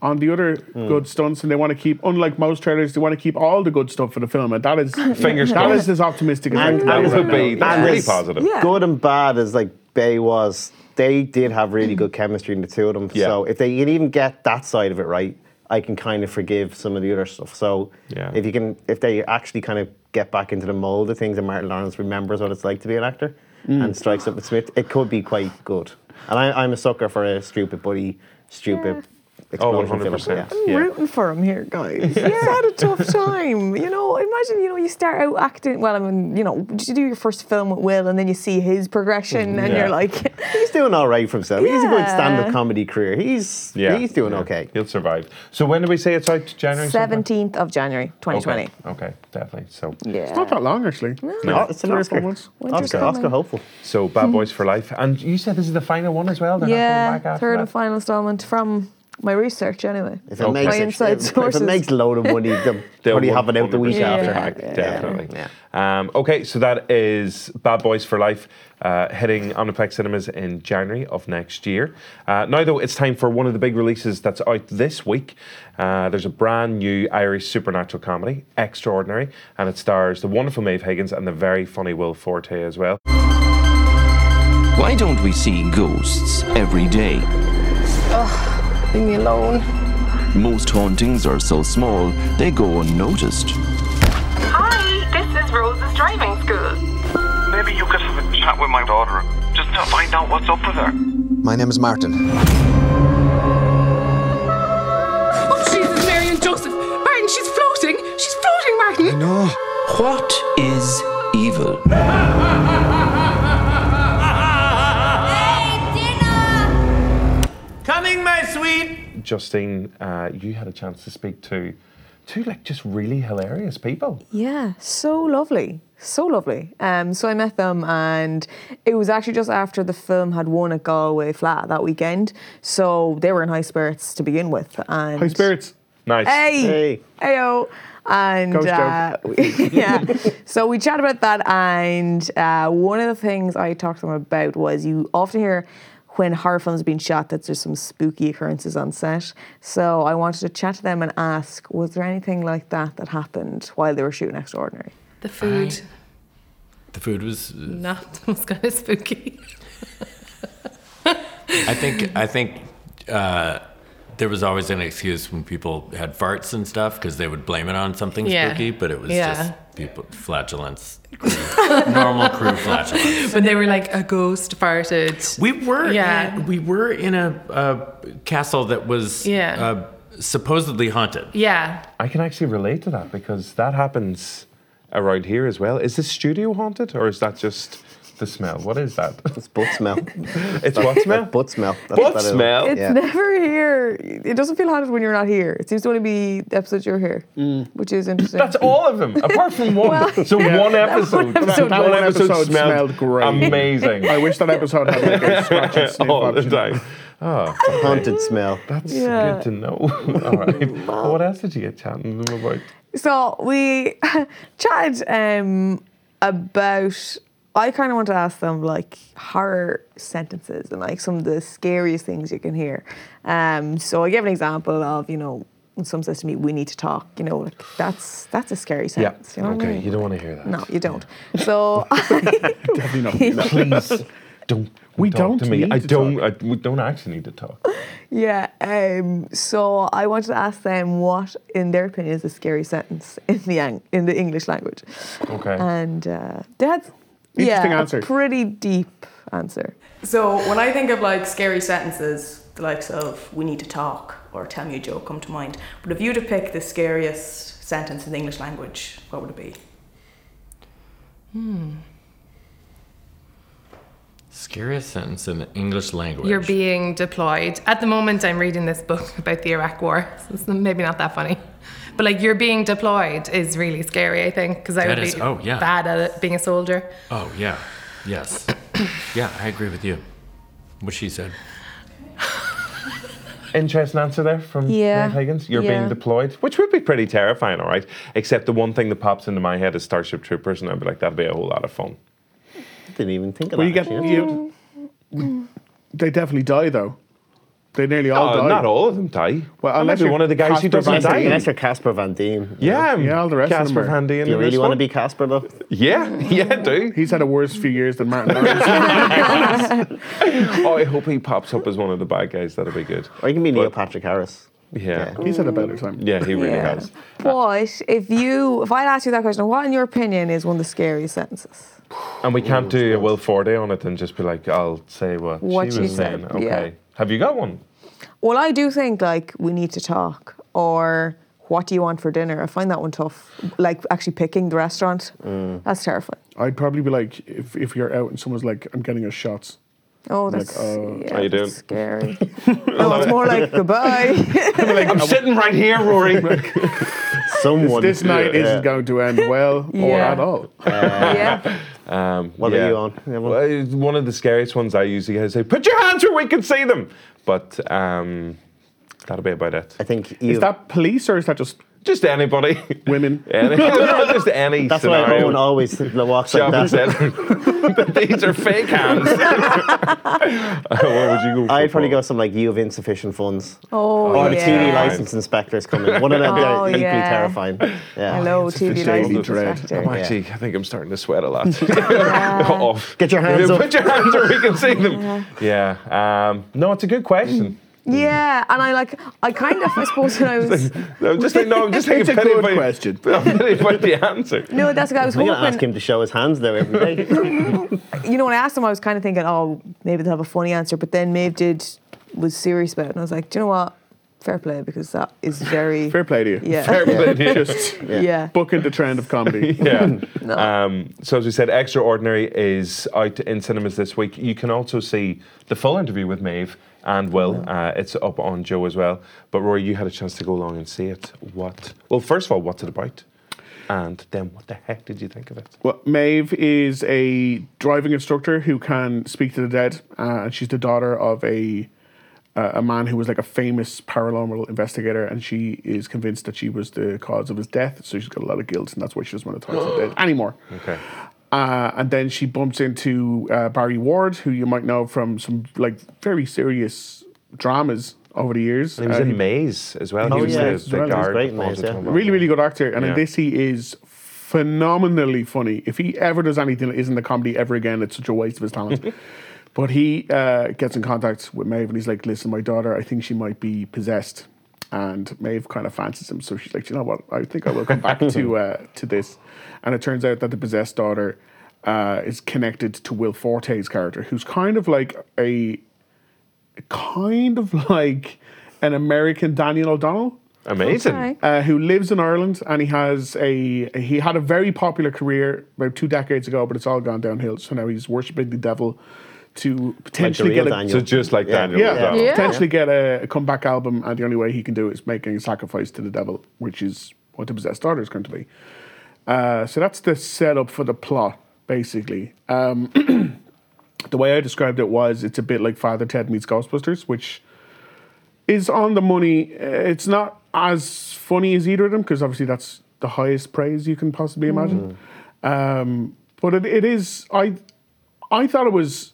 Speaker 3: on the other
Speaker 2: Hmm.
Speaker 3: good stunts, and they want to keep. Unlike most trailers, they want to keep all the good stuff for the film, and that is
Speaker 2: Fingers
Speaker 3: That
Speaker 2: crossed.
Speaker 3: is as optimistic as I
Speaker 5: And-
Speaker 3: can
Speaker 2: That
Speaker 3: be
Speaker 5: and-
Speaker 2: would be
Speaker 3: right now.
Speaker 2: that's
Speaker 5: and
Speaker 2: really
Speaker 5: it's-
Speaker 2: positive.
Speaker 4: Yeah.
Speaker 5: good and bad as like Bay was, they did have really good
Speaker 4: Mm.
Speaker 5: chemistry in the two of them.
Speaker 2: Yeah.
Speaker 5: So if they can even get that side of it right, I can kind of forgive some of the other stuff. So
Speaker 2: Yeah.
Speaker 5: if you can, if they actually kind of get back into the mold of things, and Martin Lawrence remembers what it's like to be an actor
Speaker 4: Mm.
Speaker 5: and strikes up with Smith, it could be quite good. And I, I'm a sucker for a stupid buddy, stupid.
Speaker 2: Oh,
Speaker 5: explosion film.
Speaker 2: 100 percent.
Speaker 5: Yeah.
Speaker 4: I'm rooting for him here, guys. He's had a tough time. You know, imagine, you know, you start out acting, well, I mean, you know, you do your first film with Will and then you see his progression and
Speaker 2: Mm-hmm. Yeah.
Speaker 4: you're like,
Speaker 5: He's doing all right for himself. He's a good
Speaker 4: Yeah.
Speaker 5: stand-up comedy career. He's
Speaker 2: Yeah.
Speaker 5: he's doing
Speaker 2: yeah.
Speaker 5: okay.
Speaker 2: He'll survive. So when do we say it's out? January sometime?
Speaker 4: 17th of January, 2020.
Speaker 2: Okay. okay, definitely. So
Speaker 4: Yeah.
Speaker 3: It's not that long actually.
Speaker 5: No, it's an
Speaker 3: Last
Speaker 5: Oscar.
Speaker 3: one was-
Speaker 4: Winter's
Speaker 5: Oscar,
Speaker 4: coming.
Speaker 5: Oscar hopeful.
Speaker 2: so Bad Boys for Life, and you said this is the final one as well. They're not coming back
Speaker 4: yeah,
Speaker 2: after
Speaker 4: third
Speaker 2: that?
Speaker 4: and final installment from my research, anyway.
Speaker 5: If it,
Speaker 2: Okay.
Speaker 5: makes,
Speaker 2: My
Speaker 4: inside
Speaker 5: if,
Speaker 4: sources.
Speaker 5: if it makes a load of money, they'll
Speaker 2: They'll
Speaker 5: probably have it out the week
Speaker 2: 100%
Speaker 5: after.
Speaker 2: back,
Speaker 4: Yeah,
Speaker 2: Definitely.
Speaker 5: yeah.
Speaker 2: Um, okay, so that is Bad Boys for Life uh, hitting Omniplex Cinemas in January of next year. Uh, now, though, it's time for one of the big releases that's out this week. Uh, there's a brand new Irish supernatural comedy, Extraordinary, and it stars the wonderful Maeve Higgins and the very funny Will Forte as well.
Speaker 12: Why don't we see ghosts every day?
Speaker 10: Leave me alone.
Speaker 12: Most hauntings are so small, they go unnoticed.
Speaker 10: Hi, this is Rose's driving school.
Speaker 13: Maybe you could have a chat with my daughter just to find out what's up with her.
Speaker 14: My name is Martin.
Speaker 10: Oh, Jesus, Mary and Joseph. Martin, she's floating. She's floating, Martin.
Speaker 14: No.
Speaker 12: What is evil?
Speaker 11: Coming, my sweet.
Speaker 2: Justine, uh, you had a chance to speak to two, like, just really hilarious people.
Speaker 4: Yeah, so lovely. So lovely. Um, so I met them, and it was actually just after the film had won at Galway Flat that weekend. So they were in high spirits to begin with. And
Speaker 3: High spirits.
Speaker 2: Nice.
Speaker 4: Hey. Hey. Ayo. And
Speaker 3: Ghost
Speaker 4: uh, we- yeah, so we chat about that. And uh, one of the things I talked to them about was you often hear when horror films are being shot that there's some spooky occurrences on set. So I wanted to chat to them and ask, was there anything like that that happened while they were shooting Extraordinary?
Speaker 15: The food,
Speaker 16: The food was.
Speaker 15: not that was kind of spooky.
Speaker 16: I think. I think. Uh, there was always an excuse when people had farts and stuff because they would blame it on something
Speaker 15: Yeah.
Speaker 16: spooky, but it was
Speaker 15: Yeah.
Speaker 16: just people flatulence, normal crew flatulence.
Speaker 15: But they were like a ghost farted.
Speaker 16: We were
Speaker 15: Yeah.
Speaker 16: in, we were in a, a castle that was
Speaker 15: Yeah.
Speaker 16: uh, supposedly haunted.
Speaker 15: yeah.
Speaker 2: I can actually relate to that because that happens around here as well. Is this studio haunted or is that just the smell? What is that? It's
Speaker 5: butt smell.
Speaker 2: it's what smell?
Speaker 5: Butt smell.
Speaker 2: That's Butt what it is. smell?
Speaker 4: It's
Speaker 2: Yeah.
Speaker 4: never here. It doesn't feel haunted when you're not here. It seems to only be the episodes you're here, which is interesting.
Speaker 2: That's all of them, apart from one.
Speaker 4: Well,
Speaker 2: so
Speaker 4: yeah.
Speaker 2: one
Speaker 4: That one
Speaker 2: episode.
Speaker 4: episode
Speaker 2: that
Speaker 4: was-
Speaker 2: one
Speaker 4: That
Speaker 2: episode,
Speaker 3: episode
Speaker 2: smelled,
Speaker 3: smelled great.
Speaker 2: amazing.
Speaker 3: I wish that episode had like a scratch and sniff
Speaker 2: all the
Speaker 3: option.
Speaker 2: time. Oh,
Speaker 5: haunted smell.
Speaker 2: That's
Speaker 4: Yeah.
Speaker 2: good to know. all right. what else did you get chatting to them about?
Speaker 4: So we chatted um, about. I kind of want to ask them like horror sentences and like some of the scariest things you can hear. Um, so I gave an example of you know when someone says to me, "We need to talk." You know, like that's that's a scary sentence. You know what I
Speaker 2: okay,
Speaker 4: mean?
Speaker 2: you don't want to hear that.
Speaker 4: No, you don't. So
Speaker 2: Definitely
Speaker 4: not.
Speaker 2: Please don't. We talk
Speaker 3: don't
Speaker 2: To me,
Speaker 3: need
Speaker 2: I
Speaker 3: to
Speaker 2: don't. I, we don't actually need to talk.
Speaker 4: yeah. Um, so I wanted to ask them what, in their opinion, is a scary sentence in the ang- in the English language.
Speaker 2: Okay.
Speaker 4: And uh, they had
Speaker 3: Interesting
Speaker 4: yeah,
Speaker 3: answer.
Speaker 4: a pretty deep answer.
Speaker 14: So when I think of like scary sentences, the likes of "we need to talk" or "tell me a joke" come to mind. But if you to pick the scariest sentence in the English language, what would it be?
Speaker 15: Hmm.
Speaker 16: Scariest sentence in the English language.
Speaker 15: You're being deployed. At the moment, I'm reading this book about the Iraq War. So it's maybe not that funny. But like, you're being deployed is really scary, I think, because I
Speaker 16: That
Speaker 15: would
Speaker 16: is-
Speaker 15: be
Speaker 16: oh, yeah.
Speaker 15: bad at it, being a soldier.
Speaker 16: oh yeah, yes, yeah. I agree with you. What she said.
Speaker 2: Interesting answer there from
Speaker 15: Yeah,
Speaker 2: Nate Higgins. You're
Speaker 15: yeah.
Speaker 2: being deployed, which would be pretty terrifying, all right? Except the one thing that pops into my head is Starship Troopers, and I'd be like, that'd be a whole lot of fun.
Speaker 5: Didn't even think
Speaker 3: Well, you get you, They definitely die though. They nearly all
Speaker 2: Oh,
Speaker 3: die.
Speaker 2: not all of them die.
Speaker 3: Well, unless
Speaker 2: unless
Speaker 3: you're
Speaker 2: you're one of the guys who
Speaker 3: Casper
Speaker 2: doesn't
Speaker 3: Van
Speaker 2: die.
Speaker 3: Dien. Unless
Speaker 5: you're Casper Van Dien.
Speaker 2: Yeah, I'm
Speaker 3: yeah, all the rest of
Speaker 2: Casper
Speaker 3: them.
Speaker 2: Van Dien.
Speaker 5: Do you
Speaker 2: in this
Speaker 5: really want to
Speaker 2: one.
Speaker 5: be Casper though?
Speaker 2: Yeah, yeah, dude.
Speaker 3: He's had a worse few years than Martin. Lawrence.
Speaker 2: oh, I hope he pops up as one of the bad guys. That'll be good.
Speaker 5: Or you can be Neil Patrick Harris.
Speaker 2: Yeah.
Speaker 3: He's had a better time.
Speaker 2: Yeah, he really
Speaker 4: Yeah.
Speaker 2: has.
Speaker 4: But if you, if I asked you that question, what in your opinion is one of the scariest sentences?
Speaker 2: And we can't do a Will Forte on it and just be like, I'll say what,
Speaker 4: What
Speaker 2: she
Speaker 4: she
Speaker 2: was saying.
Speaker 4: said,
Speaker 2: Okay.
Speaker 4: yeah.
Speaker 2: Have you got one?
Speaker 4: Well, I do think like we need to talk or what do you want for dinner? I find that one tough. Like actually picking the restaurant, that's terrifying.
Speaker 3: I'd probably be like, if, if you're out and someone's like, I'm getting a shot.
Speaker 4: Oh,
Speaker 3: I'm
Speaker 4: that's
Speaker 3: like, oh.
Speaker 4: yeah,
Speaker 2: How you
Speaker 4: that's
Speaker 2: doing?
Speaker 4: scary. no, it's more like goodbye.
Speaker 2: I'm sitting right here, Rory.
Speaker 5: Someone.
Speaker 3: This night
Speaker 5: Yeah.
Speaker 3: isn't going to end well or
Speaker 4: Yeah.
Speaker 3: at all.
Speaker 4: yeah.
Speaker 2: Um,
Speaker 5: What
Speaker 2: yeah.
Speaker 5: are you on?
Speaker 2: Well, it's one of the scariest ones I usually say, put your hands where we can see them. But um, that'll be about it.
Speaker 5: I think
Speaker 3: Is that police or is that just
Speaker 2: Just anybody.
Speaker 3: women?
Speaker 2: any, no, just any
Speaker 5: That's why
Speaker 2: scenario.
Speaker 5: Owen always walks like
Speaker 2: Shopping
Speaker 5: that.
Speaker 2: centre. But These are fake hands. Where would you go?
Speaker 5: I'd probably go some like you have insufficient funds.
Speaker 4: Oh,
Speaker 5: or the TV
Speaker 4: yeah.
Speaker 5: license inspectors coming. One of them
Speaker 4: Oh,
Speaker 5: they're equally
Speaker 4: yeah.
Speaker 5: terrifying. Yeah.
Speaker 4: Hello, TV license
Speaker 2: I'm
Speaker 4: inspector.
Speaker 2: actually, Oh, I think I'm starting to sweat a lot. Off.
Speaker 5: Get your hands up.
Speaker 2: Put your hands where we can see them. Yeah. Um, no, it's a good question.
Speaker 4: Yeah, and I like, I kind of, I suppose when I was,
Speaker 2: No, I'm just like, no, I'm just
Speaker 3: It's
Speaker 2: thinking
Speaker 3: a
Speaker 2: pity
Speaker 3: good
Speaker 2: about,
Speaker 3: question.
Speaker 2: I'm pity about the answer.
Speaker 4: no, that's what I was
Speaker 5: We're gonna ask
Speaker 4: hoping.
Speaker 5: him to show his hands there every day.
Speaker 4: You know, when I asked them, I was kind of thinking, oh, maybe they'll have a funny answer, but then Maeve did, was serious about it, and I was like, do you know what? Fair play, because that is very,
Speaker 3: Fair play to you.
Speaker 4: yeah.
Speaker 2: Fair play to you.
Speaker 3: Just
Speaker 4: Yeah.
Speaker 3: booking the trend of comedy.
Speaker 2: Yeah.
Speaker 4: No.
Speaker 2: Um, so as we said, Extraordinary is out in cinemas this week. You can also see the full interview with Maeve and Will. Uh, it's up on Joe as well. But Rory, you had a chance to go along and see it. What? Well, first of all, what's it about? And then, what the heck did you think of it?
Speaker 3: Well, Maeve is a driving instructor who can speak to the dead, uh, and she's the daughter of a uh, a man who was like a famous paranormal investigator, and she is convinced that she was the cause of his death. So she's got a lot of guilt, and that's why she doesn't want to talk to the dead anymore.
Speaker 2: Okay.
Speaker 3: Uh, and then she bumps into uh, Barry Ward, who you might know from some like very serious dramas over the years.
Speaker 2: And he was
Speaker 3: Uh,
Speaker 2: in Maze as well.
Speaker 3: Oh,
Speaker 2: he was
Speaker 3: yeah,
Speaker 2: the-
Speaker 3: as
Speaker 2: the
Speaker 3: well. He was
Speaker 2: guard
Speaker 5: great in
Speaker 2: all the
Speaker 5: Maze, yeah.
Speaker 2: time.
Speaker 3: Really, really good actor, and
Speaker 2: Yeah.
Speaker 3: in this he is phenomenally funny. If he ever does anything that isn't a comedy ever again, it's such a waste of his talent. But he uh, gets in contact with Maeve and he's like, listen, my daughter, I think she might be possessed. And Maeve kind of fancies him. So she's like, "Do you know what? I think I will come back to uh, to this. And it turns out that the possessed daughter uh, is connected to Will Forte's character, who's kind of like a kind of like an American Daniel O'Donnell.
Speaker 2: Amazing. Okay.
Speaker 3: Uh, who lives in Ireland and he has a he had a very popular career about two decades ago, but it's all gone downhill. So now he's worshiping the devil to potentially
Speaker 2: real
Speaker 3: get a
Speaker 2: Daniel. So just like
Speaker 3: yeah.
Speaker 2: Daniel
Speaker 3: yeah,
Speaker 2: O'Donnell. Yeah.
Speaker 3: potentially get a, a comeback album, and the only way he can do it is making a sacrifice to the devil, which is what the possessed daughter is going to be. Uh, so that's the setup for the plot, basically. Um, the way I described it was it's a bit like Father Ted meets Ghostbusters, which is on the money. Uh, It's not as funny as either of them because obviously that's the highest praise you can possibly imagine. Um, but it, it is I I thought it was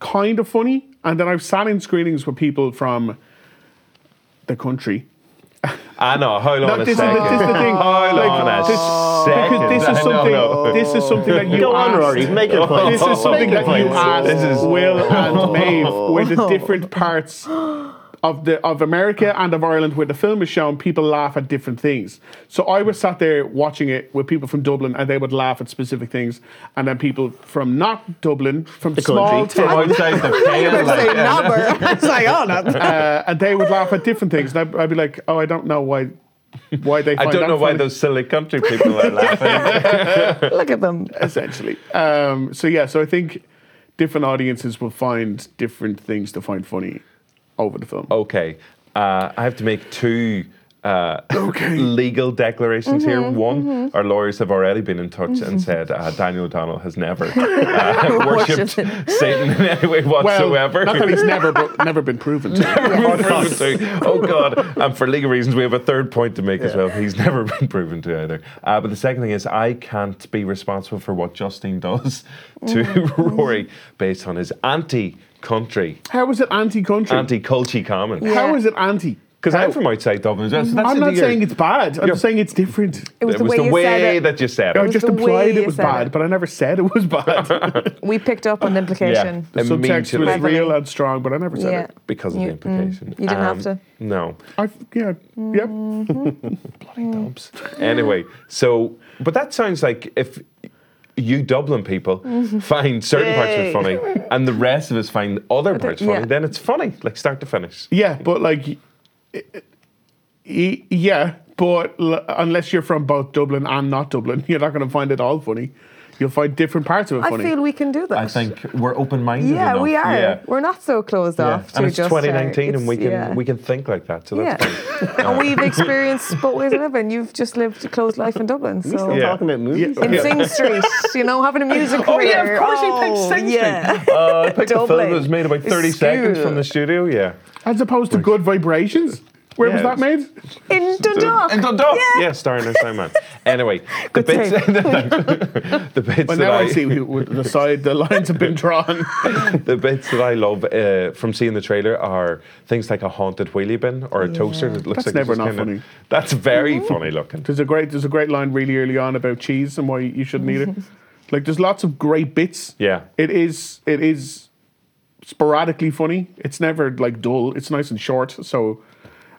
Speaker 3: kind of funny, and then I've sat in screenings with people from the country.
Speaker 2: I know. Hold on
Speaker 3: No,
Speaker 2: a
Speaker 3: this is the-
Speaker 2: second.
Speaker 3: this is the thing.
Speaker 2: Hold
Speaker 3: Like,
Speaker 2: on a
Speaker 3: this-
Speaker 2: second.
Speaker 3: because this is
Speaker 2: I know,
Speaker 3: something-
Speaker 2: no.
Speaker 3: this is something that you Go on, asked. Rory, make your point. This is something that you asked Will and Maeve
Speaker 2: Oh.
Speaker 3: were the different parts of the of America and of Ireland where the film is shown, people laugh at different things. So I was sat there watching it with people from Dublin and they would laugh at specific things. And then people from not Dublin, from
Speaker 2: The
Speaker 3: small
Speaker 2: country. From outside the pale,
Speaker 3: I was
Speaker 2: like, yeah.
Speaker 3: like, oh no. Uh, and they would laugh at different things. And I'd, I'd be like, oh, I don't know why why they
Speaker 2: I
Speaker 3: find
Speaker 2: don't
Speaker 3: that
Speaker 2: know why
Speaker 3: funny.
Speaker 2: those silly country people are laughing.
Speaker 4: Look at them.
Speaker 3: essentially. Um, so yeah, so I think different audiences will find different things to find funny over the film.
Speaker 2: Okay, uh, I have to make two uh, legal declarations here.
Speaker 3: Mhm,
Speaker 2: One, our lawyers have already been in touch
Speaker 3: Mm-hmm.
Speaker 2: and said uh, Daniel O'Donnell has never uh, worshipped Satan in any way whatsoever.
Speaker 3: Well, not that he's never, but never been proven to.
Speaker 2: Never been proven to. Oh God! And for legal reasons, we have a third point to make as well. He's never been proven to either. Uh, but the second thing is, I can't be responsible for what Justine does to
Speaker 4: Mm.
Speaker 2: Rory based on his anti-country,
Speaker 3: How is it anti-country?
Speaker 2: anti-culture comment.
Speaker 3: How is it anti?
Speaker 2: Because
Speaker 4: Oh.
Speaker 2: I'm from outside Dublin as well.
Speaker 4: Mm.
Speaker 2: So that's
Speaker 3: I'm
Speaker 2: the
Speaker 3: not
Speaker 2: thing here.
Speaker 3: saying it's bad. I'm
Speaker 2: You're-
Speaker 3: just saying it's different.
Speaker 4: It was
Speaker 2: It
Speaker 4: the
Speaker 2: was
Speaker 4: way
Speaker 2: the
Speaker 4: you said
Speaker 2: way
Speaker 4: it.
Speaker 2: that you said
Speaker 3: I
Speaker 2: it.
Speaker 3: just
Speaker 4: the way
Speaker 3: implied
Speaker 4: you
Speaker 3: it was
Speaker 4: said
Speaker 3: bad, but I never said it was bad.
Speaker 4: We picked up on the implication.
Speaker 3: The subtext was
Speaker 2: immediately.
Speaker 3: real and strong, but I never said
Speaker 4: Yeah.
Speaker 3: it.
Speaker 2: Because of
Speaker 4: You- mm.
Speaker 2: the implication. Um,
Speaker 4: you didn't have to.
Speaker 2: No.
Speaker 3: I've, yeah, yep.
Speaker 4: Mm.
Speaker 2: Anyway, so, but that sounds like if you Dublin people
Speaker 3: Mhm.
Speaker 2: find certain
Speaker 3: Yay.
Speaker 2: parts are funny and the rest of us find other parts funny,
Speaker 3: yeah.
Speaker 2: then it's funny, like start to finish.
Speaker 3: Yeah, but like, y- y- yeah, but l- unless you're from both Dublin and not Dublin, you're not going to find it all funny. You'll find different parts of it
Speaker 4: I
Speaker 3: funny.
Speaker 4: feel we can do that.
Speaker 2: I think we're open minded.
Speaker 4: yeah, we are. We're not so closed off to
Speaker 2: And it's
Speaker 4: just our-
Speaker 2: 2019
Speaker 4: it's-
Speaker 2: and we can,
Speaker 4: yeah.
Speaker 2: we can think like that. So that's fine.
Speaker 4: yeah. and we've experienced both ways of living. You've just lived a closed life in Dublin. So
Speaker 2: still Yeah. talking
Speaker 5: about movies?
Speaker 4: In
Speaker 2: Yeah.
Speaker 4: Sing Street, you know, having a music
Speaker 2: Oh,
Speaker 4: career.
Speaker 2: yeah, of course you picked
Speaker 4: Oh,
Speaker 2: Sing Street.
Speaker 4: Yeah.
Speaker 2: Uh, I picked a film that
Speaker 4: Dublin
Speaker 2: was made about 30
Speaker 4: is
Speaker 2: seconds from
Speaker 4: good.
Speaker 2: the studio, yeah.
Speaker 3: As opposed to Good Vibrations. Where was
Speaker 2: Yeah.
Speaker 3: that made?
Speaker 4: In Dundalk.
Speaker 2: In Dundalk. Yeah, starring our Simon. Anyway, the bits, the bits
Speaker 3: Well,
Speaker 2: that
Speaker 3: now I
Speaker 2: I
Speaker 3: see who- the side the lines have been drawn.
Speaker 2: the bits that I love uh, from seeing the trailer are things like a haunted wheelie bin or a toaster that looks like
Speaker 3: That's never
Speaker 2: it's
Speaker 3: not
Speaker 2: kinda-
Speaker 3: funny.
Speaker 2: That's very funny looking.
Speaker 3: There's a great there's a great line really early on about cheese and why you shouldn't eat it. Like there's lots of great bits.
Speaker 2: Yeah.
Speaker 3: It is it is sporadically funny. It's never like dull. It's nice and short. So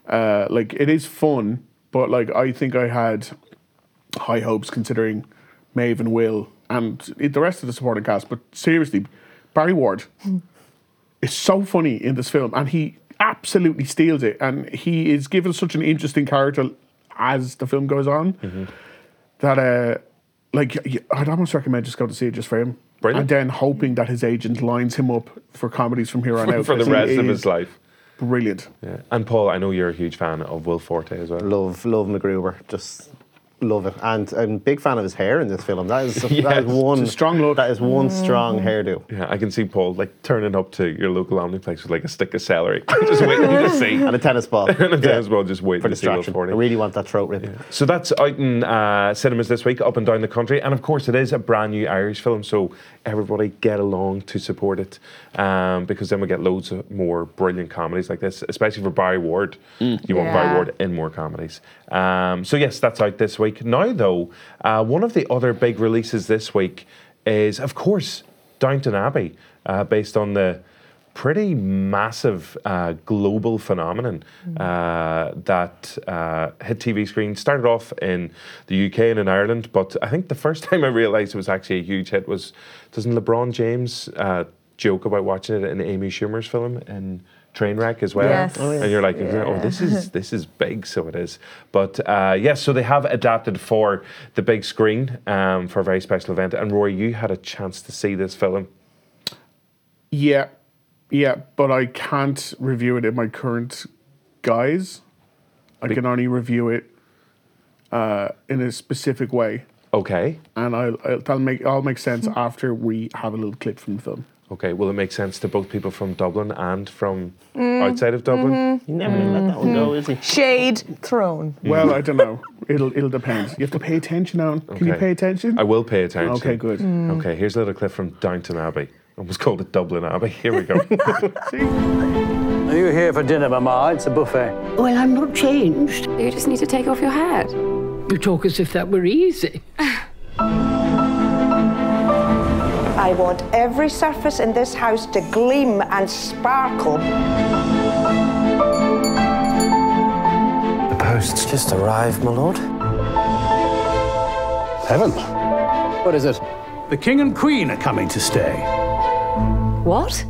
Speaker 3: uh, like it is fun, but like I think I had high hopes considering Maeve and Will and it- the rest of the supporting cast. But seriously, Barry Ward is so funny in this film, and he absolutely steals it. And he is given such an interesting character as the film goes on
Speaker 2: Mm-hmm.
Speaker 3: that, uh, like, y- y- I'd almost recommend just go to see it just for him.
Speaker 2: Brilliant.
Speaker 3: And then hoping that his agent lines him up for comedies from here on out
Speaker 2: for the
Speaker 3: 'cause he
Speaker 2: rest of
Speaker 3: is
Speaker 2: his life.
Speaker 3: Brilliant.
Speaker 2: Yeah. And Paul, I know you're a huge fan of Will Forte as well.
Speaker 5: Love, love MacGruber. Just love it. And I'm a big fan of his hair in this film. That is,
Speaker 2: Yes.
Speaker 5: that is one
Speaker 2: It's a
Speaker 5: strong look. That is one strong hairdo.
Speaker 2: Yeah, I can see Paul like turning up to your local Omniplex with like a stick of celery, just waiting to see,
Speaker 5: And a tennis ball.
Speaker 2: and a
Speaker 5: Yeah.
Speaker 2: tennis ball, just waiting
Speaker 5: For
Speaker 2: to see Will
Speaker 5: distraction. I
Speaker 2: Forte.
Speaker 5: really want that throat rip.
Speaker 2: So that's out in uh, cinemas this week, up and down the country. And of course, it is a brand new Irish film, so everybody get along to support it um, because then we get loads of more brilliant comedies like this, especially for Barry Ward. You want Barry
Speaker 17: Yeah.
Speaker 2: Ward in more comedies. Um, so, yes, that's out this week. Now, though, uh, one of the other big releases this week is, of course, Downton Abbey, uh, based on the pretty massive uh, global phenomenon
Speaker 17: Hmm.
Speaker 2: uh, that uh, hit TV screens. Started off in the UK and in Ireland, but I think the first time I realised it was actually a huge hit was doesn't LeBron James uh, joke about watching it in Amy Schumer's film in Trainwreck as well?
Speaker 17: Yes. Oh, yeah.
Speaker 2: And you're like, oh,
Speaker 17: Yeah.
Speaker 2: this is this is big, so it is. But uh, yes, so they have adapted for the big screen um, for a very special event. And Rory, you had a chance to see this film.
Speaker 3: Yeah, yeah, but I can't review it in my current guise. I can only review it uh, in a specific way,
Speaker 2: Okay.
Speaker 3: and I'll, I'll that'll make all make sense after we have a little clip from the film.
Speaker 2: Okay, well, it makes sense to both people from Dublin and from
Speaker 4: Mm,
Speaker 2: outside of Dublin.
Speaker 4: mhm.
Speaker 5: Mm-hmm.
Speaker 2: You
Speaker 4: never gonna let that one go,
Speaker 2: is he?
Speaker 5: eh?
Speaker 4: Shade thrown.
Speaker 3: Well, I don't know. It'll it'll depend. You have to pay attention now. Can you pay attention?
Speaker 2: I will pay attention.
Speaker 3: Okay, good. Mm.
Speaker 2: Okay, here's a little clip from Downton Abbey. Almost called it Dublin Abbey. Here we go.
Speaker 11: Are you here for dinner, Mama? It's a buffet.
Speaker 18: Well, I'm not changed. You just need to take off your hat. You talk as if that were easy.
Speaker 19: I want every surface in this house to gleam and sparkle.
Speaker 20: The post's just arrived, my lord. Heaven. What is it? The king and queen are coming to stay.
Speaker 18: What?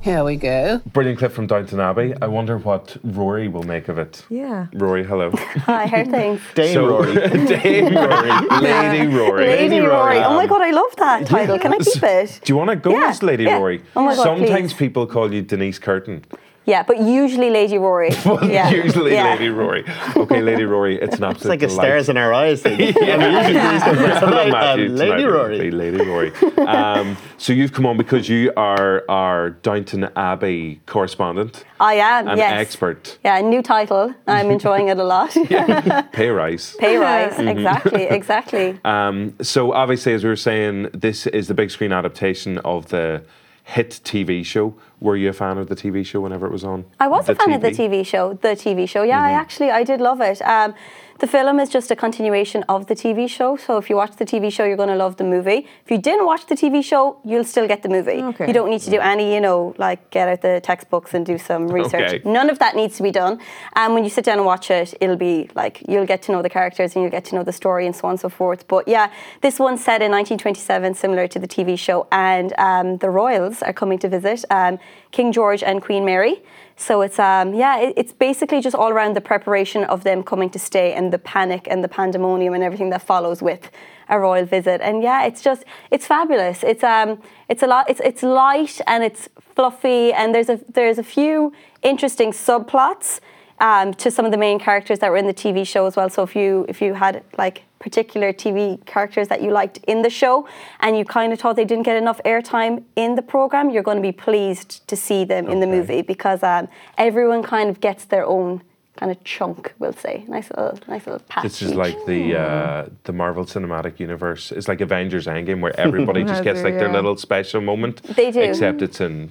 Speaker 18: Here we go.
Speaker 2: Brilliant clip from Downton Abbey. I wonder what Rory will make of it.
Speaker 18: Yeah.
Speaker 2: Rory, hello.
Speaker 21: Hi, how are things?
Speaker 2: Dame Rory. Dame Rory. Lady Rory.
Speaker 21: Lady Rory. Oh my god, I love that title. Can I
Speaker 2: Yes.
Speaker 21: keep it?
Speaker 2: Do you want to go
Speaker 21: Yeah,
Speaker 2: as Lady
Speaker 21: yeah.
Speaker 2: Rory?
Speaker 21: Oh my God,
Speaker 2: Sometimes people call you Denise Curtin.
Speaker 21: Yeah, but usually Lady Rory.
Speaker 2: Well,
Speaker 21: yeah.
Speaker 2: usually
Speaker 21: yeah.
Speaker 2: Lady Rory. Okay, Lady Rory, it's an absolute
Speaker 5: It's like a
Speaker 2: delight.
Speaker 5: stairs in our eyes. thing.
Speaker 2: Yeah.
Speaker 5: I mean, usually these guys are
Speaker 2: Hello,
Speaker 5: like,
Speaker 2: Matthew.
Speaker 5: um,
Speaker 2: It's
Speaker 5: Lady
Speaker 2: Matthew.
Speaker 5: Rory.
Speaker 2: Hey, Lady Rory. Um, so you've come on because you are our Downton Abbey correspondent.
Speaker 21: I am,
Speaker 2: An
Speaker 21: yes.
Speaker 2: expert.
Speaker 21: Yeah, new title. I'm enjoying it a lot.
Speaker 2: Pay rise.
Speaker 21: Pay rise.
Speaker 2: Mhm.
Speaker 21: Exactly, exactly.
Speaker 2: Um, so obviously, as we were saying, this is the big screen adaptation of the hit TV show. Were you a fan of the TV show whenever it was on?
Speaker 21: I was
Speaker 2: The
Speaker 21: a
Speaker 2: Mm-hmm.
Speaker 21: fan of the TV show, the TV show. Yeah, I actually I did love it. Um, the film is just a continuation of the TV show, so if you watch the TV show, you're going to love the movie. If you didn't watch the TV show, you'll still get the movie.
Speaker 22: Okay.
Speaker 21: You don't need to do
Speaker 2: Mm-hmm.
Speaker 21: any, you know, like get out the textbooks and do some research.
Speaker 22: Okay.
Speaker 21: None of that needs to be done. And when you sit down and watch it, it'll be like you'll get to know the characters and you'll get to know the story and so on and so forth. But yeah, this one's set in 1927, similar to the TV show, and um, the royals are coming to visit um, King George and Queen Mary. So it's um, yeah, it, it's basically just all around the preparation of them coming to stay and the panic and the pandemonium and everything that follows with a royal visit. And yeah, it's just it's fabulous. It's um it's a lot it's it's light and it's fluffy and there's a there's a few interesting subplots um, to some of the main characters that were in the TV show as well. So if you if you had like particular TV characters that you liked in the show and you kind of thought they didn't get enough airtime in the program, you're going to be pleased to see them in the movie because um, everyone kind of gets their own kind of chunk, we'll say. Nice little nice little patch.
Speaker 2: This is
Speaker 21: each.
Speaker 2: like the uh, the Marvel Cinematic Universe. It's like Avengers Endgame, where everybody just gets like their
Speaker 21: Yeah.
Speaker 2: little special moment.
Speaker 21: They do.
Speaker 2: Except it's in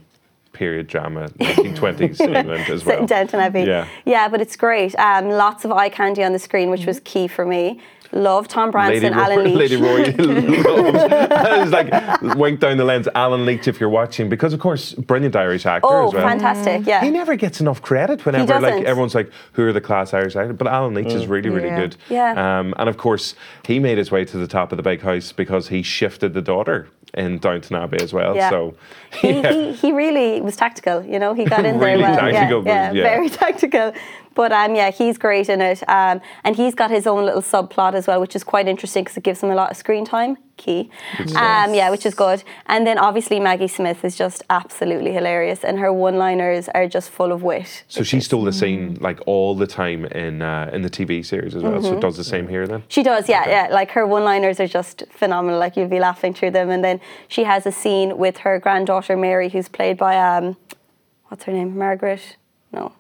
Speaker 2: period drama, 1920s England as
Speaker 21: Sit
Speaker 2: well.
Speaker 21: in Downton Abbey.
Speaker 2: Yeah.
Speaker 21: yeah, but it's great. Um, lots of eye candy on the screen, which was key for me. Love Tom Branson,
Speaker 2: Lady
Speaker 21: Alan
Speaker 2: Roy,
Speaker 21: Leach.
Speaker 2: Lady Roy loves. it's like wink down the lens, Alan Leach, if you're watching, because of course, brilliant Irish actor
Speaker 21: Oh,
Speaker 2: as well.
Speaker 21: fantastic! Yeah,
Speaker 2: He never gets enough credit whenever like
Speaker 21: doesn't. Mm.
Speaker 2: everyone's like, who are the class Irish actors? But Alan Leach is really, really
Speaker 21: Yeah.
Speaker 2: good.
Speaker 21: Yeah.
Speaker 2: Um, and of course, he made his way to the top of the big house because he shifted the daughter in Downton Abbey as well.
Speaker 21: Yeah.
Speaker 2: So
Speaker 21: he, he, he really was tactical. You know, he got in there
Speaker 2: Really
Speaker 21: well.
Speaker 2: tactical,
Speaker 21: yeah, yeah,
Speaker 2: yeah.
Speaker 21: very tactical. But um, yeah, he's great in it, um, and he's got his own little subplot as well, which is quite interesting because it gives him a lot of screen time. Key,
Speaker 22: Good stuff.
Speaker 21: um, yeah, which is good. And then obviously Maggie Smith is just absolutely hilarious, and her one-liners are just full of wit.
Speaker 2: so she stole the scene like all the time in uh, in the TV series as well. So
Speaker 21: Mhm.
Speaker 2: does the same here then.
Speaker 21: She does, yeah, yeah. Like her one-liners are just phenomenal. Like you'll be laughing through them. And then she has a scene with her granddaughter Mary, who's played by um, what's her name, Margaret? No,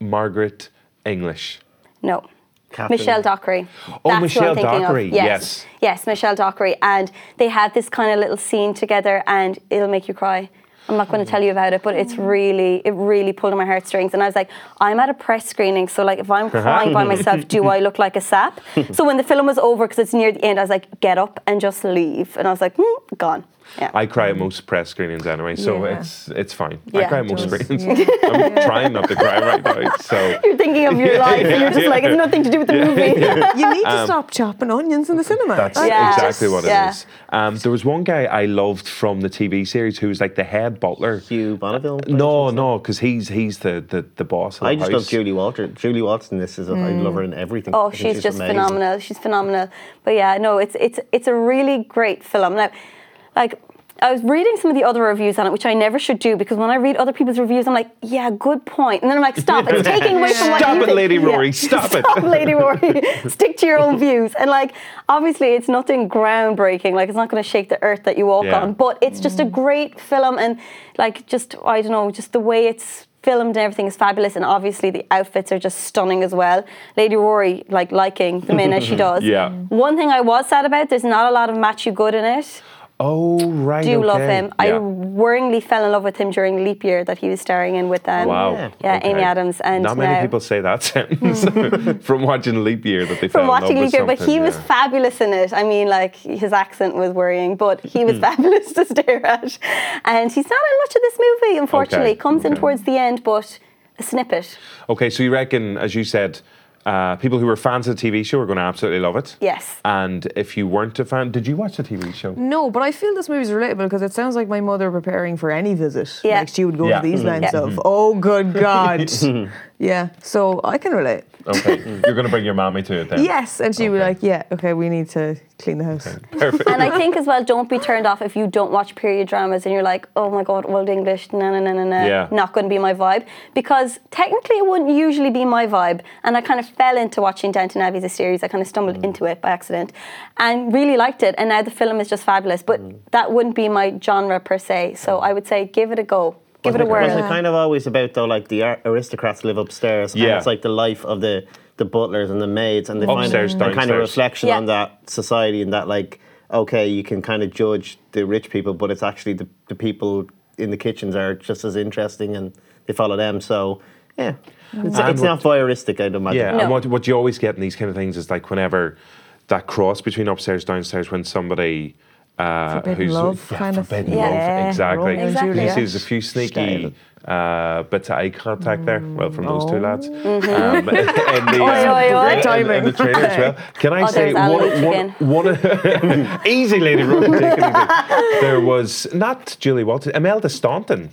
Speaker 2: Margaret English.
Speaker 21: no,
Speaker 2: Catherine.
Speaker 21: Michelle Dockery.
Speaker 2: Oh,
Speaker 21: who I'm
Speaker 2: Michelle
Speaker 21: thinking of.
Speaker 2: Dockery, yes.
Speaker 21: yes, yes, Michelle Dockery. And they have this kind of little scene together, and it'll make you cry. I'm not going to tell you about it, but it's really, it really pulled on my heartstrings. And I was like, I'm at a press screening, so like, if I'm crying by myself, do I look like a sap? So when the film was over, because it's near the end, I was like, get up and just leave. And I was like, hmm, gone. Yeah.
Speaker 2: I cry at most press screenings anyway, so
Speaker 21: Yeah.
Speaker 2: it's it's fine. I
Speaker 21: Yeah,
Speaker 2: cry at
Speaker 21: it
Speaker 2: most
Speaker 21: does.
Speaker 2: screenings.
Speaker 21: Yeah.
Speaker 2: I'm trying not to cry right now. So
Speaker 21: You're thinking of your
Speaker 2: Yeah,
Speaker 21: life, and you're just
Speaker 2: yeah,
Speaker 21: like, it's
Speaker 2: yeah.
Speaker 21: nothing to do with the
Speaker 2: Yeah,
Speaker 21: movie.
Speaker 2: yeah.
Speaker 4: You need to
Speaker 2: Um,
Speaker 4: stop chopping onions in the cinema.
Speaker 2: That's
Speaker 4: Like,
Speaker 2: exactly what it is.
Speaker 4: yeah.
Speaker 2: Um, there was one guy I loved from the TV series who was like the head butler.
Speaker 5: Hugh Bonneville.
Speaker 2: No, no, because he's he's the, the, the boss. Of the
Speaker 5: I just
Speaker 2: house.
Speaker 5: love Julie Walter. Julie Waltz in this is a, I love her in everything. I
Speaker 21: Oh,
Speaker 5: think
Speaker 21: she's, just
Speaker 5: amazing.
Speaker 21: phenomenal. She's phenomenal. But yeah, no, it's it's it's a really great film. Now, like I was reading some of the other reviews on it, which I never should do because when I read other people's reviews, I'm like, yeah, good point, and then I'm like, stop, it's taking away from what
Speaker 2: Stop
Speaker 21: you
Speaker 2: it,
Speaker 21: think.
Speaker 2: Lady
Speaker 21: Yeah.
Speaker 2: Rory, stop it.
Speaker 21: Stop, Lady Rory. Stick to your own views. And like, obviously, it's nothing groundbreaking. Like, it's not going to shake the earth that you walk
Speaker 2: Yeah.
Speaker 21: on. But it's just a great film, and like, just I don't know, just the way it's filmed and everything is fabulous. And obviously, the outfits are just stunning as well. Lady Rory, like, liking the men as she does.
Speaker 2: Yeah.
Speaker 21: One thing I was sad about: there's not a lot of Matthew Good in it.
Speaker 2: Oh right.
Speaker 21: Do you love
Speaker 2: okay.
Speaker 21: him? I
Speaker 2: Yeah.
Speaker 21: worryingly fell in love with him during Leap Year that he was starring in with um,
Speaker 2: Wow.
Speaker 21: yeah,
Speaker 2: okay.
Speaker 21: Amy Adams, and uh,
Speaker 2: not many
Speaker 21: now-
Speaker 2: people say that sentence from watching Leap Year that they fell
Speaker 21: from
Speaker 2: in love
Speaker 21: watching
Speaker 2: with
Speaker 21: Leap Year, but
Speaker 2: something,
Speaker 21: he was
Speaker 2: yeah.
Speaker 21: fabulous in it. I mean, like his accent was worrying, but he
Speaker 2: Hmm.
Speaker 21: was fabulous to stare at. And he's not in much of this movie, unfortunately.
Speaker 2: Okay,
Speaker 21: Comes in
Speaker 2: okay.
Speaker 21: towards the end, but a snippet.
Speaker 2: Okay, so you reckon, as you said, uh, people who were fans of the TV show are going to absolutely love it.
Speaker 21: Yes.
Speaker 2: And if you weren't a fan, did you watch the TV show?
Speaker 4: No, but I feel this movie's relatable because it sounds like my mother preparing for any visit.
Speaker 21: Yeah.
Speaker 4: Like she would go
Speaker 2: Yeah.
Speaker 4: to these
Speaker 2: Mhm.
Speaker 4: lines
Speaker 2: Yeah. Mm-hmm.
Speaker 4: of,
Speaker 2: Mhm.
Speaker 4: oh, good God. yeah, so I can relate.
Speaker 2: Okay, you're going to bring your mommy to it then.
Speaker 4: Yes, and she would be like, yeah, okay, we need to clean the house.
Speaker 2: Perfect.
Speaker 21: and I think as well, don't be turned off if you don't watch period dramas and you're like, oh my god, old English, no, no, no, no, no,
Speaker 2: Yeah.
Speaker 21: not going to be my vibe. Because technically, it wouldn't usually be my vibe. And I kind of fell into watching Downton Abbey as a series. I kind of stumbled into it by accident, and really liked it. And now the film is just fabulous. But that wouldn't be my genre per se. So I would say give it a go, give it a
Speaker 5: Wasn't
Speaker 21: whirl.
Speaker 5: Wasn't it kind of always about though, like the ar- aristocrats live upstairs, and
Speaker 2: Yeah.
Speaker 5: it's like the life of the the butlers and the maids, and they
Speaker 2: Upstairs,
Speaker 5: find a- a kind of
Speaker 2: downstairs.
Speaker 5: reflection
Speaker 21: Yeah.
Speaker 5: on that society and that like, okay, you can kind of judge the rich people, but it's actually the, the people in the kitchens are just as interesting, and they follow them. So yeah,
Speaker 21: Mm-hmm.
Speaker 5: it's,
Speaker 2: And
Speaker 5: it's not voyeuristic, I'd imagine.
Speaker 2: Yeah, and what, what you always get in these kind of things is like whenever that cross between upstairs downstairs when somebody uh,
Speaker 4: Forbidden
Speaker 2: who's
Speaker 4: love,
Speaker 2: yeah,
Speaker 4: kind of
Speaker 2: forbidden
Speaker 4: thing.
Speaker 2: love,
Speaker 4: Yeah,
Speaker 2: exactly.
Speaker 4: Romeo and
Speaker 2: And
Speaker 4: Juliet.
Speaker 2: There's a few sneaky uh, bits of eye contact there. Well, from those
Speaker 4: Mm-hmm.
Speaker 2: two lads.
Speaker 21: Mhm.
Speaker 2: Um, and the,
Speaker 21: Oi, oi, oi.
Speaker 2: and- and- and the trailer as well. Can I
Speaker 21: Oh,
Speaker 2: say
Speaker 21: there's Alan Leach
Speaker 2: one,
Speaker 21: again.
Speaker 2: one, one easy lady Rowan taking it in. There was not Julie Walters, Imelda Staunton.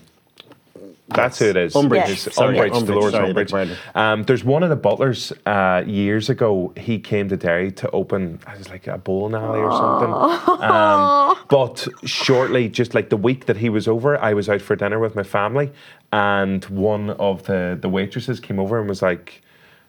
Speaker 2: That's who it is.
Speaker 5: Umbridge.
Speaker 2: It's
Speaker 5: Sorry,
Speaker 2: Umbridge,
Speaker 5: Umbridge.
Speaker 2: Dolores
Speaker 5: Sorry, beg
Speaker 2: Umbridge.
Speaker 5: pardon.
Speaker 2: Um, there's one of the butlers uh, years ago. He came to Derry to open, I was like a bowling alley or something. Um, but shortly, just like the week that he was over, I was out for dinner with my family, and one of the the waitresses came over and was like.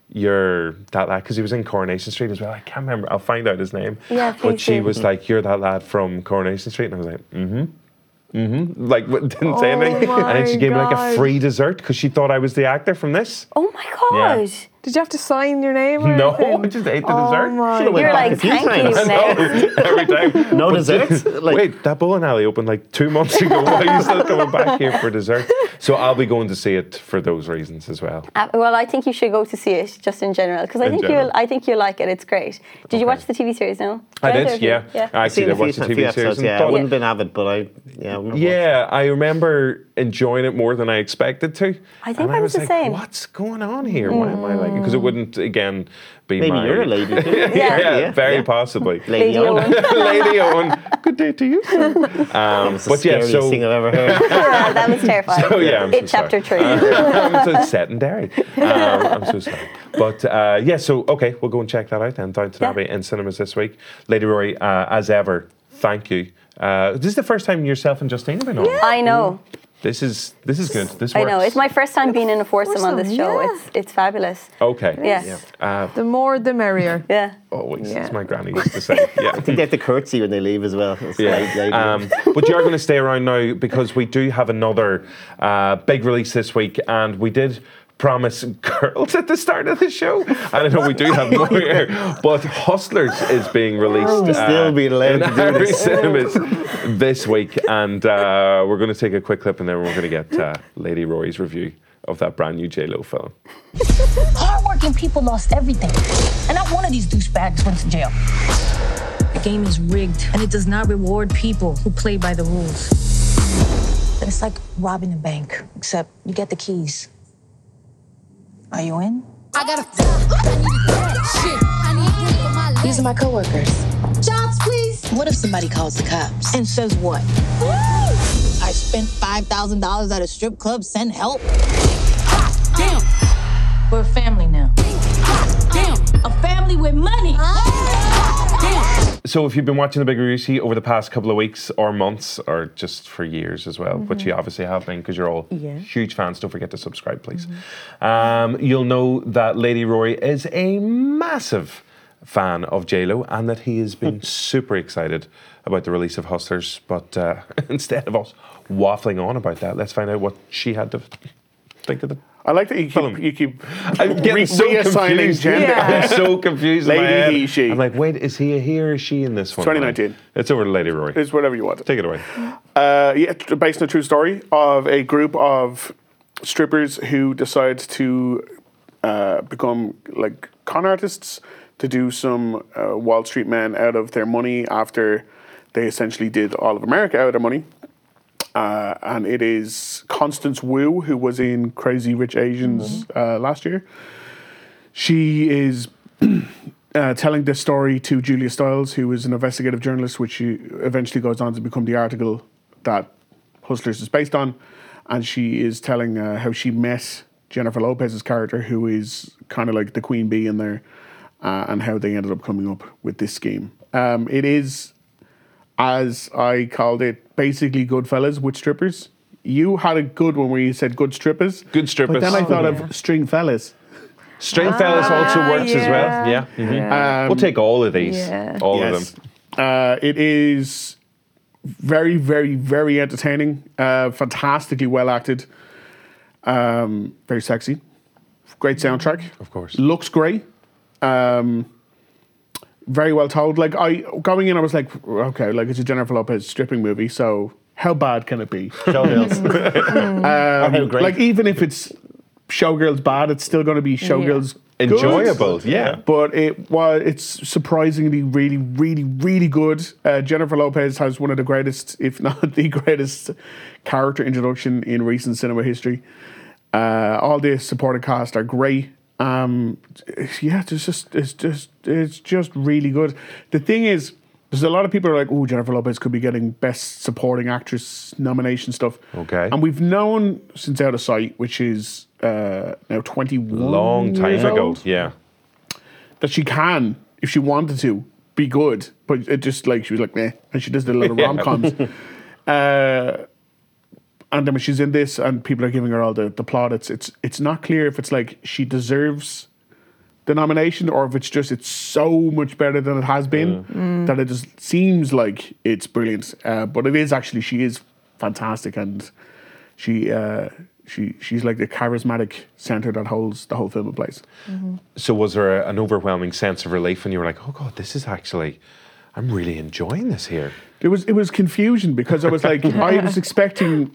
Speaker 2: You're that lad because he was in Coronation Street as well. I can't remember. I'll find out his name.
Speaker 17: Yeah,
Speaker 2: but
Speaker 17: please
Speaker 2: she
Speaker 17: do.
Speaker 2: was like, "You're that lad from Coronation Street," and I was like, "Mm-hmm." Mm-hmm. Like w- didn't say
Speaker 21: Oh
Speaker 2: anything, and then she
Speaker 21: my
Speaker 2: gave me like
Speaker 21: God.
Speaker 2: a free dessert because she thought I was the actor from this.
Speaker 21: Oh my god.
Speaker 4: Did you have to sign your name? Or
Speaker 2: No,
Speaker 4: anything?
Speaker 2: I just ate the
Speaker 4: Oh
Speaker 2: dessert.
Speaker 4: my
Speaker 21: You're God. like, thank you,
Speaker 2: I know, every time.
Speaker 5: No
Speaker 2: But
Speaker 5: dessert?
Speaker 2: just- Wait, that bowling alley opened like two months ago. Why are you still coming back here for dessert? So I'll be going to see it for those reasons as well.
Speaker 21: Uh, well, I think you should go to see it just in general because I
Speaker 2: In
Speaker 21: think
Speaker 2: general.
Speaker 21: you'll I think you'll like it. It's great. Did you watch the TV series? No,
Speaker 2: I
Speaker 21: Neither
Speaker 2: did,
Speaker 21: of you?
Speaker 2: yeah. I
Speaker 5: I've
Speaker 2: actually
Speaker 5: seen a
Speaker 2: did
Speaker 5: few,
Speaker 2: watch the
Speaker 5: times-
Speaker 2: TV
Speaker 5: few episodes.
Speaker 2: series. and
Speaker 5: Yeah, I
Speaker 2: thought-
Speaker 5: wouldn't have been avid, but I yeah. I wouldn't have
Speaker 2: Yeah, I remember enjoying it more than I expected to.
Speaker 21: I think
Speaker 2: And
Speaker 21: I was the
Speaker 2: like,
Speaker 21: same.
Speaker 2: What's going on here? Why am I like? Because it wouldn't again be
Speaker 5: Maybe
Speaker 2: my-
Speaker 5: you're a lady, too.
Speaker 2: yeah,
Speaker 5: Yeah. Yeah.
Speaker 2: very possibly.
Speaker 5: Lady Lady Owen.
Speaker 2: Lady Owen. Good day to you. sir. Um,
Speaker 5: It's the
Speaker 2: but yeah,
Speaker 5: scariest
Speaker 2: so
Speaker 5: thing I've ever heard.
Speaker 21: Yeah, Ah, that was terrifying.
Speaker 2: So, yeah, I'm so
Speaker 21: it
Speaker 2: sorry. Uh,
Speaker 21: chapter three.
Speaker 2: I'm so set and dairy. Um, I'm so sorry. But uh, yeah, so okay, we'll go and check that out then. Downton Abbey in cinemas this week. Lady Rory, uh, as ever, thank you. Uh, this is the first time yourself and Justine have been on.
Speaker 21: I know.
Speaker 2: This is this is good. This
Speaker 21: I
Speaker 2: works.
Speaker 21: know. It's my first time being in a foursome on this
Speaker 4: Foursome,
Speaker 21: show.
Speaker 4: yeah.
Speaker 21: It's it's fabulous.
Speaker 2: okay.
Speaker 21: Yeah.
Speaker 2: Uh,
Speaker 4: The more, the merrier.
Speaker 21: Yeah.
Speaker 2: always,
Speaker 4: Yeah.
Speaker 2: as my granny used to say. Yeah.
Speaker 5: I think they have to curtsy when they leave as well. It's like,
Speaker 2: Yeah.
Speaker 5: like-
Speaker 2: Um, but you're going to stay around now because we do have another uh, big release this week, and we did promise girls at the start of the show. And I know we do have more here, but Hustlers is being released.
Speaker 5: Oh,
Speaker 2: uh,
Speaker 5: We're still being allowed
Speaker 2: in
Speaker 5: to do
Speaker 2: Irish
Speaker 5: this.
Speaker 2: cinemas this week, and uh, we're going to take a quick clip, and then we're going to get uh, Lady Rory's review of that brand new J Lo film.
Speaker 22: Hardworking people lost everything. And not one of these douchebags went to jail.
Speaker 17: The game is rigged and it does not reward people who play by the rules.
Speaker 22: It's like robbing a bank, except you get the keys. Are you in?
Speaker 23: I got a shit. I need this for my life.
Speaker 22: These are my coworkers.
Speaker 23: Jobs, please.
Speaker 22: What if somebody calls the cops and says what?
Speaker 23: I spent $5,000 at a strip club. Send help. Damn.
Speaker 22: We're a family now.
Speaker 23: Damn. A family with money.
Speaker 2: So, if you've been watching the Big Review over the past couple of weeks or months or just for years as well, which
Speaker 4: Mhm.
Speaker 2: you obviously have been because you're all
Speaker 4: Yeah.
Speaker 2: huge fans, don't forget to subscribe, please. Um, you'll know that Lady Rory is a massive fan of Lo, and that he has been super excited about the release of Hustlers. But uh, instead of us waffling on about that, let's find out what she had to think of the
Speaker 3: I like that you keep, you keep
Speaker 2: I'm getting
Speaker 3: re-
Speaker 2: so
Speaker 3: reassigning
Speaker 2: confused.
Speaker 3: gender.
Speaker 2: I'm so confused. in my
Speaker 3: Lady,
Speaker 2: head.
Speaker 3: he, she.
Speaker 2: I'm like, wait, is he a he or is she in this one?
Speaker 3: 2019.
Speaker 2: Ryan? It's over to Lady Rory.
Speaker 3: It's whatever you want.
Speaker 2: Take it away.
Speaker 3: Uh, yeah, t- based on a true story of a group of strippers who decide to uh, become like con artists to do some uh, Wall Street men out of their money after they essentially did all of America out of their money. Uh, and it is Constance Wu, who was in Crazy Rich Asians uh, last year. She is uh, telling this story to Julia Stiles, who is an investigative journalist, which she eventually goes on to become the article that Hustlers is based on. And she is telling uh, how she met Jennifer Lopez's character, who is kind of like the queen bee in there, uh, and how they ended up coming up with this scheme. Um, it is, as I called it, basically Goodfellas with strippers. You had a good one where you said good strippers.
Speaker 2: Good strippers.
Speaker 3: But then I
Speaker 2: Oh,
Speaker 3: thought
Speaker 2: yeah.
Speaker 3: of Ah, string fellas.
Speaker 2: String fellas also works as well. Yeah. mhm.
Speaker 3: Um,
Speaker 2: we'll take all of these. All
Speaker 3: Yes.
Speaker 2: of them.
Speaker 3: Uh, it is very, very, very entertaining. Uh, fantastically well acted. Um, very sexy. Great soundtrack. Of
Speaker 2: course.
Speaker 3: Looks great. Um, very well told. Like I going in, I was like, okay, like it's a Jennifer Lopez stripping movie, so how bad can it be? Showgirls.
Speaker 2: how
Speaker 3: um,
Speaker 2: great.
Speaker 3: like even if it's Showgirls bad, it's still going to be Showgirls good.
Speaker 2: Enjoyable, yeah.
Speaker 3: But it was it's surprisingly really really really good. Uh, Jennifer Lopez has one of the greatest, if not the greatest, character introduction in recent cinema history. Uh, all the supporting cast are great. Um, yeah, it's just it's just it's just really good. The thing is, there's a lot of people who are like, "Oh, Jennifer Lopez could be getting best supporting actress nomination stuff."
Speaker 2: Okay.
Speaker 3: and we've known since Out of Sight, which is uh, now 21
Speaker 2: Long
Speaker 3: years
Speaker 2: time ago.
Speaker 3: old,
Speaker 2: Yeah.
Speaker 3: that she can, if she wanted to, be good, but it just like she was like meh, and she does the little
Speaker 2: Yeah.
Speaker 3: rom coms. uh, and then when she's in this, and people are giving her all the the plaudits, it's it's not clear if it's like she deserves the nomination or if it's just it's so much better than it has been
Speaker 24: Mm.
Speaker 3: that it just seems like it's brilliant. Uh, but it is actually she is fantastic and she uh, she she's like the charismatic center that holds the whole film in place.
Speaker 2: So, was there a, an overwhelming sense of relief when you were like, oh God, this is actually, I'm really enjoying this here?
Speaker 3: It was it was confusion because I was like I was expecting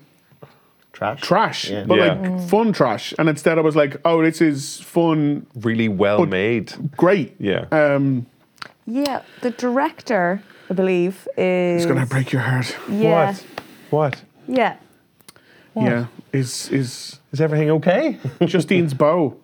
Speaker 5: trash,
Speaker 3: trash,
Speaker 2: Yeah.
Speaker 3: but
Speaker 2: Yeah.
Speaker 3: like fun trash, and instead I was like, oh, this is fun,
Speaker 2: really well made,
Speaker 3: great.
Speaker 2: Yeah.
Speaker 3: Um,
Speaker 4: Yeah, the director, I believe, is.
Speaker 3: it's gonna break your heart.
Speaker 4: Yeah. What?
Speaker 2: What?
Speaker 4: Yeah.
Speaker 3: Yeah. Is is
Speaker 2: is everything okay?
Speaker 3: Justine's bow.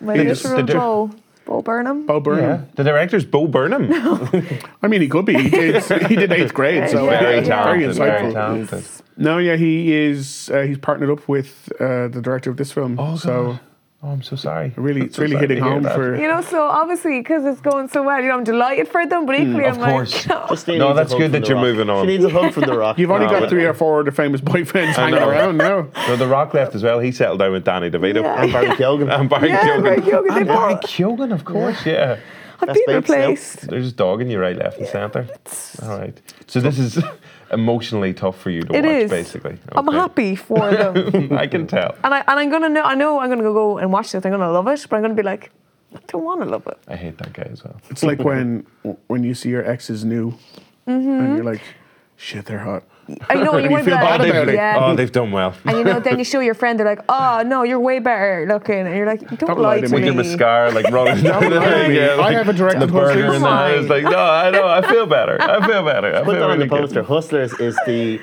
Speaker 4: My
Speaker 3: They just-
Speaker 4: literal
Speaker 3: they do-
Speaker 4: Bo. Bo Burnham.
Speaker 3: Bo Burnham.
Speaker 2: The director's Bo Burnham.
Speaker 3: I mean, he could be. He did, he did eighth grade, so
Speaker 2: very,
Speaker 3: it's
Speaker 2: talented,
Speaker 3: very
Speaker 2: very
Speaker 3: insightful.
Speaker 2: talented.
Speaker 3: No, yeah, he is. Uh, he's partnered up with uh, the director of this film. Oh, so
Speaker 2: oh, I'm so sorry.
Speaker 3: Really, it's
Speaker 2: so
Speaker 3: really
Speaker 2: sorry to
Speaker 3: hitting
Speaker 2: hear
Speaker 3: home
Speaker 2: that.
Speaker 3: for
Speaker 4: You know, so obviously because it's going so well, you know, I'm delighted for them, but equally, I'm
Speaker 2: Hmm, of course.
Speaker 4: like,
Speaker 2: no, that's good that you're moving on.
Speaker 3: You've only
Speaker 2: No,
Speaker 3: got
Speaker 2: but-
Speaker 3: three or four of the famous boyfriends
Speaker 2: I
Speaker 3: hanging
Speaker 2: know.
Speaker 3: around now.
Speaker 2: No, The Rock left as well. He settled down with Danny DeVito
Speaker 3: Yeah. And Barry
Speaker 2: Keoghan. And Barry
Speaker 3: Yeah,
Speaker 2: Keoghan.
Speaker 3: Barry Keoghan, they
Speaker 2: And Barry
Speaker 3: both-
Speaker 2: Keoghan, of course. Yeah.
Speaker 4: I've That's been mates now. replaced.
Speaker 2: They're just dogging you right, left, and centre. All right. So this is emotionally tough for you to
Speaker 4: It
Speaker 2: watch,
Speaker 4: is.
Speaker 2: basically.
Speaker 4: I'm happy for them.
Speaker 2: Okay. I can tell.
Speaker 4: And I and I'm gonna know I know I'm gonna go and watch this. I'm gonna love it, but I'm gonna be like, I don't want to love it.
Speaker 2: I hate that guy as well.
Speaker 3: It's like when when you see your ex's new, and
Speaker 4: Mm-hmm.
Speaker 3: you're like, shit, they're hot.
Speaker 4: I know you,
Speaker 2: You
Speaker 4: wouldn't
Speaker 2: feel
Speaker 4: be like,
Speaker 2: bad about it.
Speaker 4: yeah.
Speaker 2: Oh, they've done well.
Speaker 4: And you know, then you show your friend, they're like, "Oh no, you're way better looking," and you're like, "Don't, lie to me."
Speaker 2: With your mascara, like rolling down the
Speaker 3: lie to
Speaker 2: thing.
Speaker 3: me.
Speaker 2: Yeah,
Speaker 3: I
Speaker 2: like,
Speaker 3: have a direct
Speaker 2: the
Speaker 3: Hustlers
Speaker 2: burger in the
Speaker 3: sign.
Speaker 2: eyes. Like, no, I know. I feel better. I feel better. I
Speaker 5: Put
Speaker 2: feel
Speaker 5: that on the
Speaker 2: really good.
Speaker 5: poster. Hustlers is the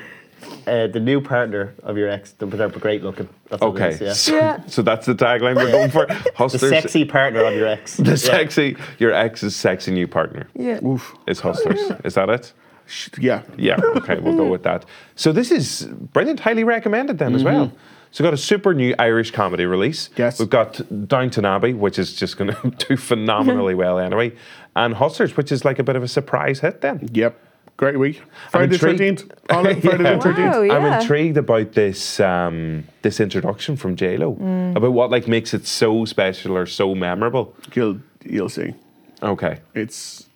Speaker 5: uh, the new partner of your ex. They're, they're great looking. That's what it
Speaker 2: Okay.
Speaker 5: is, yeah.
Speaker 2: So, so that's the tagline we're going for. Hustlers.
Speaker 5: sexy partner of your ex.
Speaker 2: The
Speaker 5: Yeah.
Speaker 2: sexy, your ex's sexy new partner.
Speaker 4: Yeah.
Speaker 3: Oof.
Speaker 2: Is hustlers. Is that it?
Speaker 3: Yeah.
Speaker 2: Yeah. Okay, we'll go with that. So this is brilliant. Highly recommended them as well. So we've got a super new Irish comedy release. Yes. We've got Downton Abbey, which is just going to do phenomenally well anyway, and Hustlers, which is like a bit of a surprise hit then.
Speaker 3: Yep. Great week. Friday the 13th. All in Friday the 13th.
Speaker 4: Wow, yeah.
Speaker 2: I'm intrigued about this um, this introduction from JLo
Speaker 4: Mm.
Speaker 2: about what like makes it so special or so memorable.
Speaker 3: You'll you'll see.
Speaker 2: Okay.
Speaker 3: It's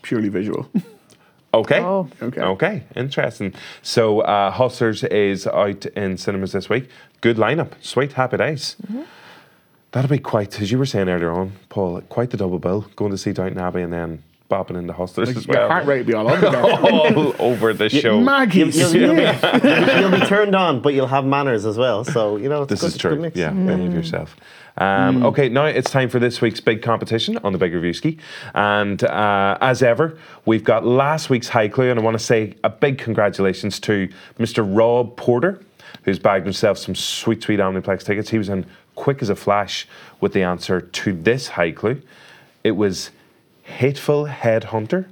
Speaker 3: purely visual.
Speaker 2: Okay.
Speaker 4: Oh.
Speaker 3: Okay.
Speaker 2: Okay. Interesting. So uh, Hustlers is out in cinemas this week. Good lineup. Sweet. Happy days.
Speaker 4: Mm-hmm.
Speaker 2: That'll be quite, as you were saying earlier on, Paul. Quite the double bill. Going to see Downton Abbey and then bopping into Hustlers
Speaker 3: Like,
Speaker 2: as
Speaker 3: your
Speaker 2: well.
Speaker 3: heart rate be all over the place.
Speaker 2: all over the
Speaker 5: You-
Speaker 2: show.
Speaker 3: Maggie
Speaker 5: You'll, you'll- you'll
Speaker 3: Smith.
Speaker 5: be, you'll be turned on, but you'll have manners as well. So you know it's
Speaker 2: This
Speaker 5: good,
Speaker 2: is
Speaker 5: it's a good
Speaker 2: true.
Speaker 5: mix. Mm.
Speaker 2: Yeah, behave yourself. Um, Okay, now it's time for this week's big competition on the Big Review Ski. And uh, as ever, we've got last week's high clue, and I want to say a big congratulations to Mr. Rob Porter, who's bagged himself some sweet, sweet Omniplex tickets. He was in quick as a flash with the answer to this high clue. It was Hateful Headhunter.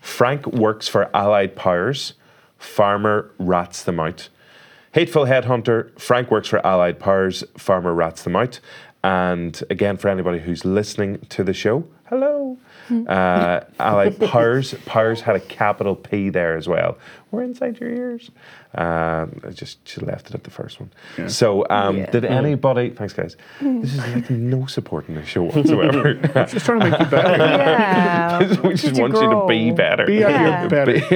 Speaker 2: Frank works for Allied Powers. Farmer rats them out. Hateful Headhunter. Frank works for Allied Powers. Farmer rats them out. And again, for anybody who's listening to the show, hello. Uh, Allied Powers. Powers had a capital P there as well. We're inside your ears. Uh, I just she left it at the first one. So, um,
Speaker 3: Yeah.
Speaker 2: did
Speaker 3: Mm.
Speaker 2: anybody? Thanks, guys. This is like no support in the show whatsoever.
Speaker 3: Just trying to make you better.
Speaker 4: Yeah.
Speaker 2: we just want you to be better.
Speaker 3: Be at your Yeah. better.
Speaker 2: Be-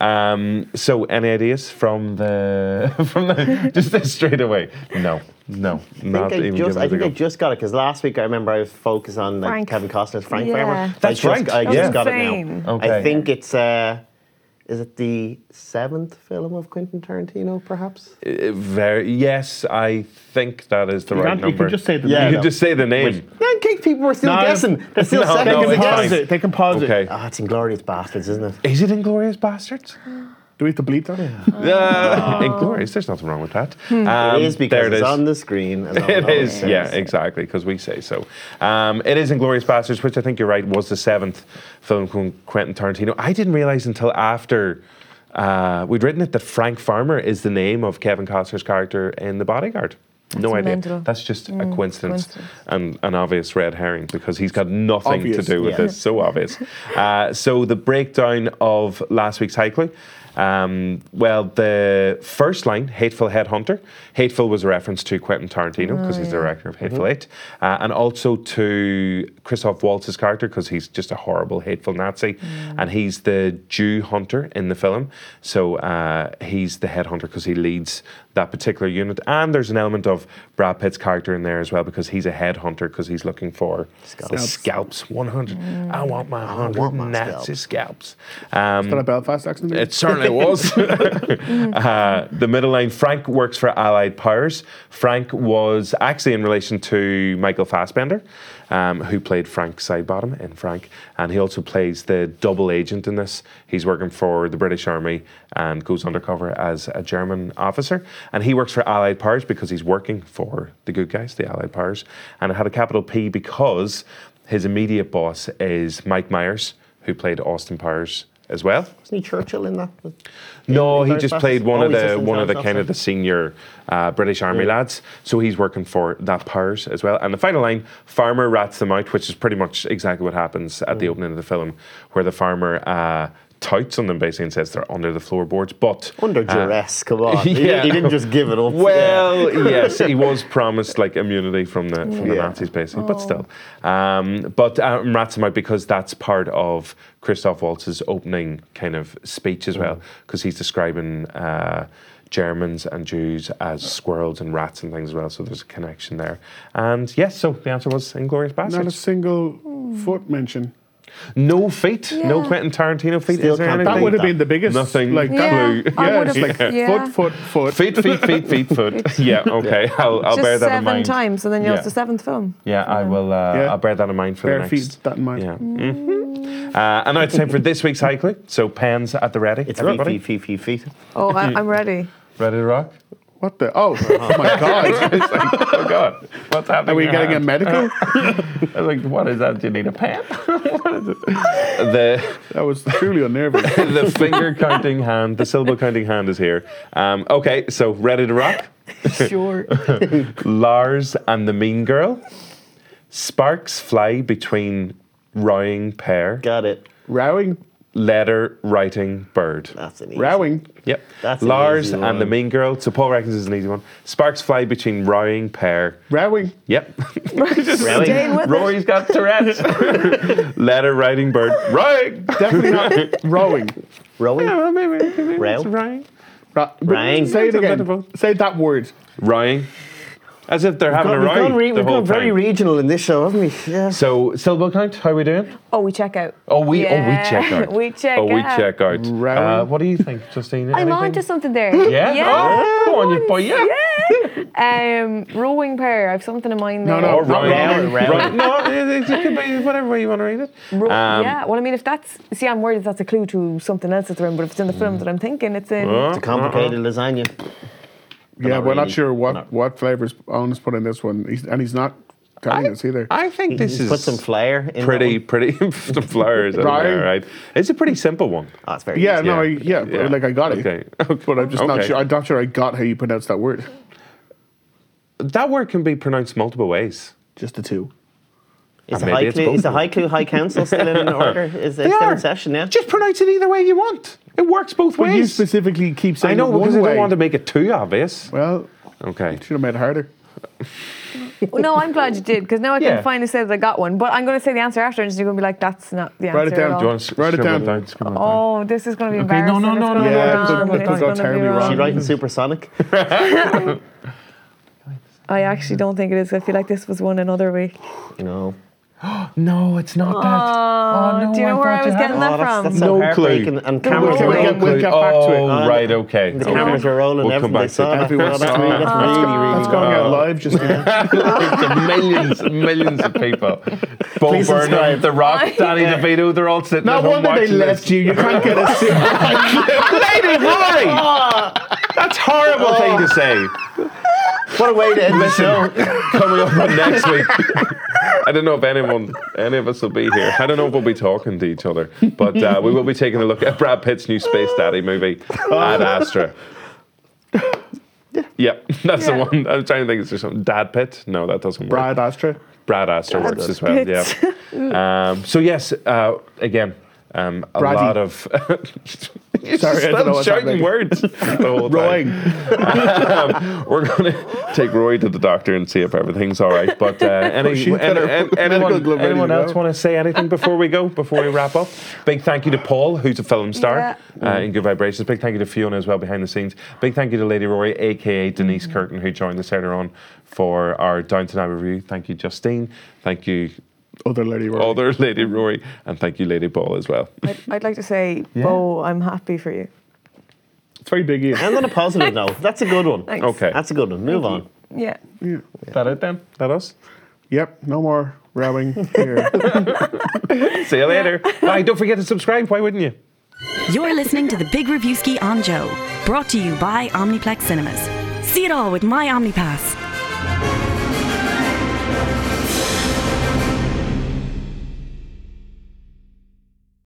Speaker 2: yeah. Um, so, any ideas from the from the just this straight away? No, no,
Speaker 5: I
Speaker 2: not
Speaker 5: think, I
Speaker 2: even
Speaker 5: just,
Speaker 2: giving
Speaker 5: I,
Speaker 2: it a
Speaker 5: think I
Speaker 2: go.
Speaker 5: just got it because last week I remember I was focused on like
Speaker 4: Frank.
Speaker 5: Kevin Costner's Frank
Speaker 4: Yeah.
Speaker 5: Farmer. I
Speaker 2: That's
Speaker 5: just-
Speaker 2: right.
Speaker 5: I
Speaker 2: That
Speaker 5: just
Speaker 2: was
Speaker 5: got it
Speaker 4: insane.
Speaker 5: now.
Speaker 2: Okay.
Speaker 5: I think it's uh, is it the seventh film of Quentin Tarantino, perhaps?
Speaker 2: Uh, Very yes, I think that is the
Speaker 5: You
Speaker 2: right
Speaker 5: can't- you
Speaker 2: number.
Speaker 5: can just say the
Speaker 2: You
Speaker 5: name.
Speaker 2: can just say the name.
Speaker 5: Yeah, in case people were still
Speaker 2: No.
Speaker 5: guessing. They're still
Speaker 2: No,
Speaker 5: second
Speaker 2: no,
Speaker 5: in
Speaker 2: it's
Speaker 5: guess.
Speaker 2: fine.
Speaker 5: They can pause
Speaker 2: Okay.
Speaker 5: Ah, it's Inglorious Bastards, isn't it?
Speaker 2: Is it Inglorious Bastards?
Speaker 3: Do we have to bleep that?
Speaker 2: Uh, Inglorious. There's nothing wrong with that. Um,
Speaker 5: Hmm. Ah. it is because
Speaker 2: there it
Speaker 5: it's
Speaker 2: is.
Speaker 5: on the screen. And
Speaker 2: It is, yeah, exactly, because we say so. Um, it is Inglorious Bastards, which I think you're right was the seventh film from Quentin Tarantino. I didn't realize until after uh, we'd written it that Frank Farmer is the name of Kevin Costner's character in The Bodyguard. no idea.
Speaker 4: mental.
Speaker 2: That's just
Speaker 4: Mm,
Speaker 2: a coincidence,
Speaker 4: coincidence.
Speaker 2: and an obvious red herring because he's got nothing
Speaker 3: Obvious,
Speaker 2: to do with
Speaker 3: yeah.
Speaker 2: this. So obvious. Uh, so the breakdown of last week's high clue. Um, well, the first line, "Hateful Headhunter." Hateful was a reference to Quentin Tarantino because
Speaker 3: Oh,
Speaker 2: he's the
Speaker 3: yeah.
Speaker 2: director of Hateful
Speaker 3: Mhm.
Speaker 2: Eight, uh, and also to Christoph Waltz's character because he's just a horrible, hateful
Speaker 3: Mm.
Speaker 2: Nazi, and he's the Jew hunter in the film. So uh, he's the headhunter because he leads that particular unit, and there's an element of Brad Pitt's character in there as well because he's a headhunter because he's looking for the
Speaker 5: Scalps.
Speaker 2: scalps. One hundred. I want my hundred
Speaker 5: want my
Speaker 2: Nazi scalps. Um,
Speaker 3: Is that a Belfast accent?
Speaker 2: it certainly was. uh, the middle line Frank works for Allied Powers. Frank was actually in relation to Michael Fassbender, um, who played Frank Sidebottom in Frank, and he also plays the double agent in this. He's working for the British Army and goes undercover as a German officer, and he works for Allied Powers because he's working for the good guys, the Allied Powers, and it had a capital P because his immediate boss is Mike Myers, who played Austin Powers as well.
Speaker 5: Wasn't he Churchill in that?
Speaker 2: No, he
Speaker 5: Inglorious
Speaker 2: just
Speaker 5: Bastards?
Speaker 2: played one
Speaker 5: Oh,
Speaker 2: of
Speaker 5: he's just
Speaker 2: the
Speaker 5: in
Speaker 2: one of the
Speaker 5: charge,
Speaker 2: kind of the senior uh, British Army lads. So he's working for that powers as well. And the final line, farmer rats them out, which is pretty much exactly what happens at the opening of the film, where the farmer. Uh, Touts on them basically and says they're under the floorboards, but
Speaker 5: Under duress, come on. He- he didn't just give it up.
Speaker 2: Uh, Well,
Speaker 5: Yeah.
Speaker 2: yes, he was promised like immunity from the from the
Speaker 5: Yeah.
Speaker 2: Nazis, basically,
Speaker 4: Oh.
Speaker 2: but still. Um, but um, rats him out because that's part of Christoph Waltz's opening kind of speech as well, because he's describing uh, Germans and Jews as squirrels and rats and things as well. So there's a connection there. And yes, so the answer was Inglorious
Speaker 3: Not a
Speaker 2: Bastards.
Speaker 3: single foot mention.
Speaker 2: No feet, no Quentin Tarantino feet.
Speaker 3: Still
Speaker 2: Is there
Speaker 3: can't
Speaker 2: anything?
Speaker 3: beat That would have been the biggest,
Speaker 2: Nothing.
Speaker 3: like,
Speaker 2: clue.
Speaker 3: Yeah, I
Speaker 2: Yeah,
Speaker 3: would have-
Speaker 2: it's like
Speaker 4: yeah.
Speaker 2: foot, foot, foot. Feet, feet, feet, feet, foot. yeah. Okay. I'll, I'll
Speaker 4: Just
Speaker 2: bear that
Speaker 4: seven
Speaker 2: in mind.
Speaker 4: times, and then you know
Speaker 2: yeah.
Speaker 4: it's the seventh film.
Speaker 2: Yeah, I will. Uh,
Speaker 3: Yeah.
Speaker 2: I'll bear that in mind for
Speaker 3: Bare
Speaker 2: the next.
Speaker 3: feet, that in mind.
Speaker 2: Yeah. Mhm. Uh, and now it's time for this week's cycling. So pens at the ready.
Speaker 5: It's
Speaker 2: Everybody.
Speaker 5: feet, feet, feet, feet.
Speaker 4: Oh, I, I'm ready.
Speaker 2: Ready to rock?
Speaker 3: What the? Oh, oh my god!
Speaker 2: It's like, oh God, what's happening?
Speaker 3: Are we
Speaker 2: in your
Speaker 3: getting a
Speaker 2: hand?
Speaker 3: medical?
Speaker 2: I was like, what is that? Do you need a pen? What is it? The
Speaker 3: that was truly unnerving.
Speaker 2: the finger counting hand, the syllable counting hand is here. Um, okay, so ready to rock?
Speaker 4: Sure.
Speaker 2: Lars and the Mean Girl. Sparks fly between rowing pair.
Speaker 5: Got it.
Speaker 3: Rowing.
Speaker 2: Letter writing bird.
Speaker 5: That's an easy
Speaker 3: Rowing.
Speaker 2: Yep.
Speaker 5: That's an
Speaker 2: Lars
Speaker 5: easy
Speaker 2: and
Speaker 5: one.
Speaker 2: the Mean Girl. So Paul reckons is an easy one. Sparks fly between rowing pair.
Speaker 3: Rowing.
Speaker 2: Yep.
Speaker 5: Really? Staying with it.
Speaker 2: Rory's got Tourette's. Letter writing bird. Rowing.
Speaker 3: Definitely not rowing.
Speaker 5: Rowing?
Speaker 2: Yeah, maybe, maybe
Speaker 5: Row?
Speaker 2: it's rowing.
Speaker 3: Ra- but
Speaker 5: Rang.
Speaker 3: Say it again. Say that word.
Speaker 2: Rowing. As if they're having
Speaker 5: We've
Speaker 2: a row.
Speaker 5: gone, re-
Speaker 2: the
Speaker 5: we've
Speaker 2: whole
Speaker 5: gone very
Speaker 2: time.
Speaker 5: regional in this show, haven't we? Yeah.
Speaker 2: So syllable count, how we doing?
Speaker 4: Oh, we check out.
Speaker 2: Oh, we oh we check
Speaker 4: Yeah,
Speaker 2: out.
Speaker 4: we check
Speaker 2: Oh, we
Speaker 4: out.
Speaker 2: check out. Uh,
Speaker 3: Round.
Speaker 2: what do you think, Justine?
Speaker 4: I'm
Speaker 2: Anything?
Speaker 4: on to something there.
Speaker 2: Yeah. Oh, come on, you boy. Yeah.
Speaker 4: Yeah. Um, rowing pair. I've something in mind there.
Speaker 3: No, no.
Speaker 2: Or round.
Speaker 5: round,
Speaker 2: Round.
Speaker 5: round.
Speaker 2: Oh, No, it, it, it could be whatever way you want to read it.
Speaker 4: Ro-
Speaker 2: Um,
Speaker 4: yeah. Well, I mean, if that's see, I'm worried if that's a clue to something else that's around. But if it's in the film that I'm thinking, it's in.
Speaker 2: uh,
Speaker 5: It's a complicated lasagna.
Speaker 3: Yeah,
Speaker 5: Not
Speaker 3: we're not
Speaker 5: really.
Speaker 3: sure what
Speaker 5: Not-
Speaker 3: what flavors Owen's put in this one, he's, and he's not telling us either.
Speaker 2: I think this
Speaker 5: He's
Speaker 2: is
Speaker 5: put some flair in that
Speaker 2: pretty,
Speaker 5: one.
Speaker 2: pretty some flowers in
Speaker 3: Right.
Speaker 2: there, right? It's a pretty simple one.
Speaker 5: Oh, it's very
Speaker 3: yeah,
Speaker 5: easy.
Speaker 3: no, I, yeah,
Speaker 2: Yeah.
Speaker 3: like I got it.
Speaker 2: Okay.
Speaker 3: But I'm just not
Speaker 2: Okay.
Speaker 3: sure. I'm not sure I got how you pronounce that word.
Speaker 2: That word can be pronounced multiple ways.
Speaker 3: Just the two.
Speaker 5: Is
Speaker 2: Uh,
Speaker 5: the,
Speaker 2: maybe
Speaker 5: high
Speaker 2: it's
Speaker 5: clue, is the
Speaker 2: both.
Speaker 5: high clue high council still in order? Is it
Speaker 2: They
Speaker 5: still
Speaker 2: are.
Speaker 5: in session? Yeah.
Speaker 2: Just pronounce it either way you want. It works both
Speaker 3: But you
Speaker 2: ways.
Speaker 3: specifically keep saying
Speaker 2: I know
Speaker 3: it one
Speaker 2: because I
Speaker 3: way.
Speaker 2: don't want to make it too obvious.
Speaker 3: Well,
Speaker 2: Okay.
Speaker 3: should have made it harder.
Speaker 4: No, I'm glad you did because now I can
Speaker 2: Yeah.
Speaker 4: finally say that I got one. But I'm going to say the answer after, and you're going to be like, "That's not the answer."
Speaker 3: Write it
Speaker 4: At
Speaker 3: down.
Speaker 4: all.
Speaker 2: Do you want to
Speaker 3: Write it down.
Speaker 4: Oh, this is going to be
Speaker 2: Okay, no,
Speaker 4: embarrassing.
Speaker 2: no,
Speaker 4: It's
Speaker 2: no,
Speaker 4: gonna
Speaker 2: no,
Speaker 4: be
Speaker 2: no,
Speaker 4: wrong,
Speaker 3: it could-
Speaker 4: and
Speaker 3: it could
Speaker 4: it's
Speaker 3: go
Speaker 4: gonna be
Speaker 3: terribly
Speaker 4: wrong.
Speaker 3: wrong.
Speaker 5: She writing supersonic.
Speaker 4: I actually don't think it is. I feel like this was one another week.
Speaker 5: You know.
Speaker 2: No, it's not
Speaker 4: Oh,
Speaker 2: that.
Speaker 4: do you know where I was getting that
Speaker 5: Oh, that's,
Speaker 4: from?
Speaker 5: that's so
Speaker 2: No
Speaker 5: heartbreaking.
Speaker 2: clue.
Speaker 5: And
Speaker 3: No
Speaker 5: cameras
Speaker 3: clue.
Speaker 5: were
Speaker 3: We'll
Speaker 5: rolling.
Speaker 3: get- we'll get back to it.
Speaker 2: Oh, right, okay.
Speaker 5: The
Speaker 2: okay.
Speaker 5: cameras were rolling.
Speaker 2: We'll come
Speaker 5: everything they
Speaker 2: back to
Speaker 5: saw.
Speaker 2: that.
Speaker 5: That's,
Speaker 3: Everyone's
Speaker 5: that's,
Speaker 3: saw
Speaker 5: really,
Speaker 3: that.
Speaker 5: that's really, really.
Speaker 3: That's
Speaker 2: Uh,
Speaker 3: going out live just now.
Speaker 2: to millions, millions of people. Bo
Speaker 5: Please
Speaker 2: Burnham,
Speaker 5: subscribe.
Speaker 2: The Rock, Danny DeVito, they're all sitting
Speaker 3: no
Speaker 2: at home
Speaker 3: wonder they
Speaker 2: watching
Speaker 3: left
Speaker 2: this.
Speaker 3: you. You can't get a single.
Speaker 2: Lady Rory! That's horrible thing to say.
Speaker 5: What a way to end the
Speaker 2: Listen,
Speaker 5: show.
Speaker 2: coming up on next week. I don't know if anyone, any of us will be here. I don't know if we'll be talking to each other, but uh, we will be taking a look at Brad Pitt's new Space Daddy movie, Ad Astra. Yep, that's
Speaker 4: Yeah.
Speaker 2: the one. I'm trying to think. Is there something? Dad Pitt? No, that doesn't work.
Speaker 3: Brad Astra.
Speaker 2: Brad Astor
Speaker 4: Brad
Speaker 2: works as well.
Speaker 4: Pitt.
Speaker 2: Yeah. Um, so yes, uh, again, um, a
Speaker 3: Braddy.
Speaker 2: lot of. you
Speaker 3: Sorry, I don't know
Speaker 2: stop
Speaker 3: what's
Speaker 2: shouting
Speaker 3: happening.
Speaker 2: words. the whole time.
Speaker 3: Rowing.
Speaker 2: Um, we're gonna take Roy to the doctor and see if everything's all right. But uh, any,
Speaker 3: Oh, She's
Speaker 2: any,
Speaker 3: got her
Speaker 2: an-
Speaker 3: medical
Speaker 2: anyone,
Speaker 3: glove ready
Speaker 2: anyone
Speaker 3: to
Speaker 2: else
Speaker 3: go.
Speaker 2: want to say anything before we go? Before we wrap up, big thank you to Paul, who's a film star uh, in Good Vibrations. Big thank you to Fiona as well behind the scenes. Big thank you to Lady Rory, aka Denise Curtin, who joined us earlier on for our Downton Abbey review. Thank you, Justine. Thank you,
Speaker 3: Other lady. Rory.
Speaker 2: other Lady Rory, and thank you, Lady Paul as well.
Speaker 4: I'd, I'd like to say, Bo, I'm happy for you.
Speaker 3: It's very big. ears.
Speaker 5: And on a positive note, that's a good one.
Speaker 4: Thanks.
Speaker 2: Okay,
Speaker 5: That's a good one. Move on.
Speaker 4: Yeah.
Speaker 2: that it then. That us.
Speaker 3: Yep. No more rowing here.
Speaker 2: See you later. Bye. Don't forget to subscribe. Why wouldn't you?
Speaker 1: You're listening to the Big Review Ski on Joe, brought to you by Omniplex Cinemas. See it all with my OmniPass.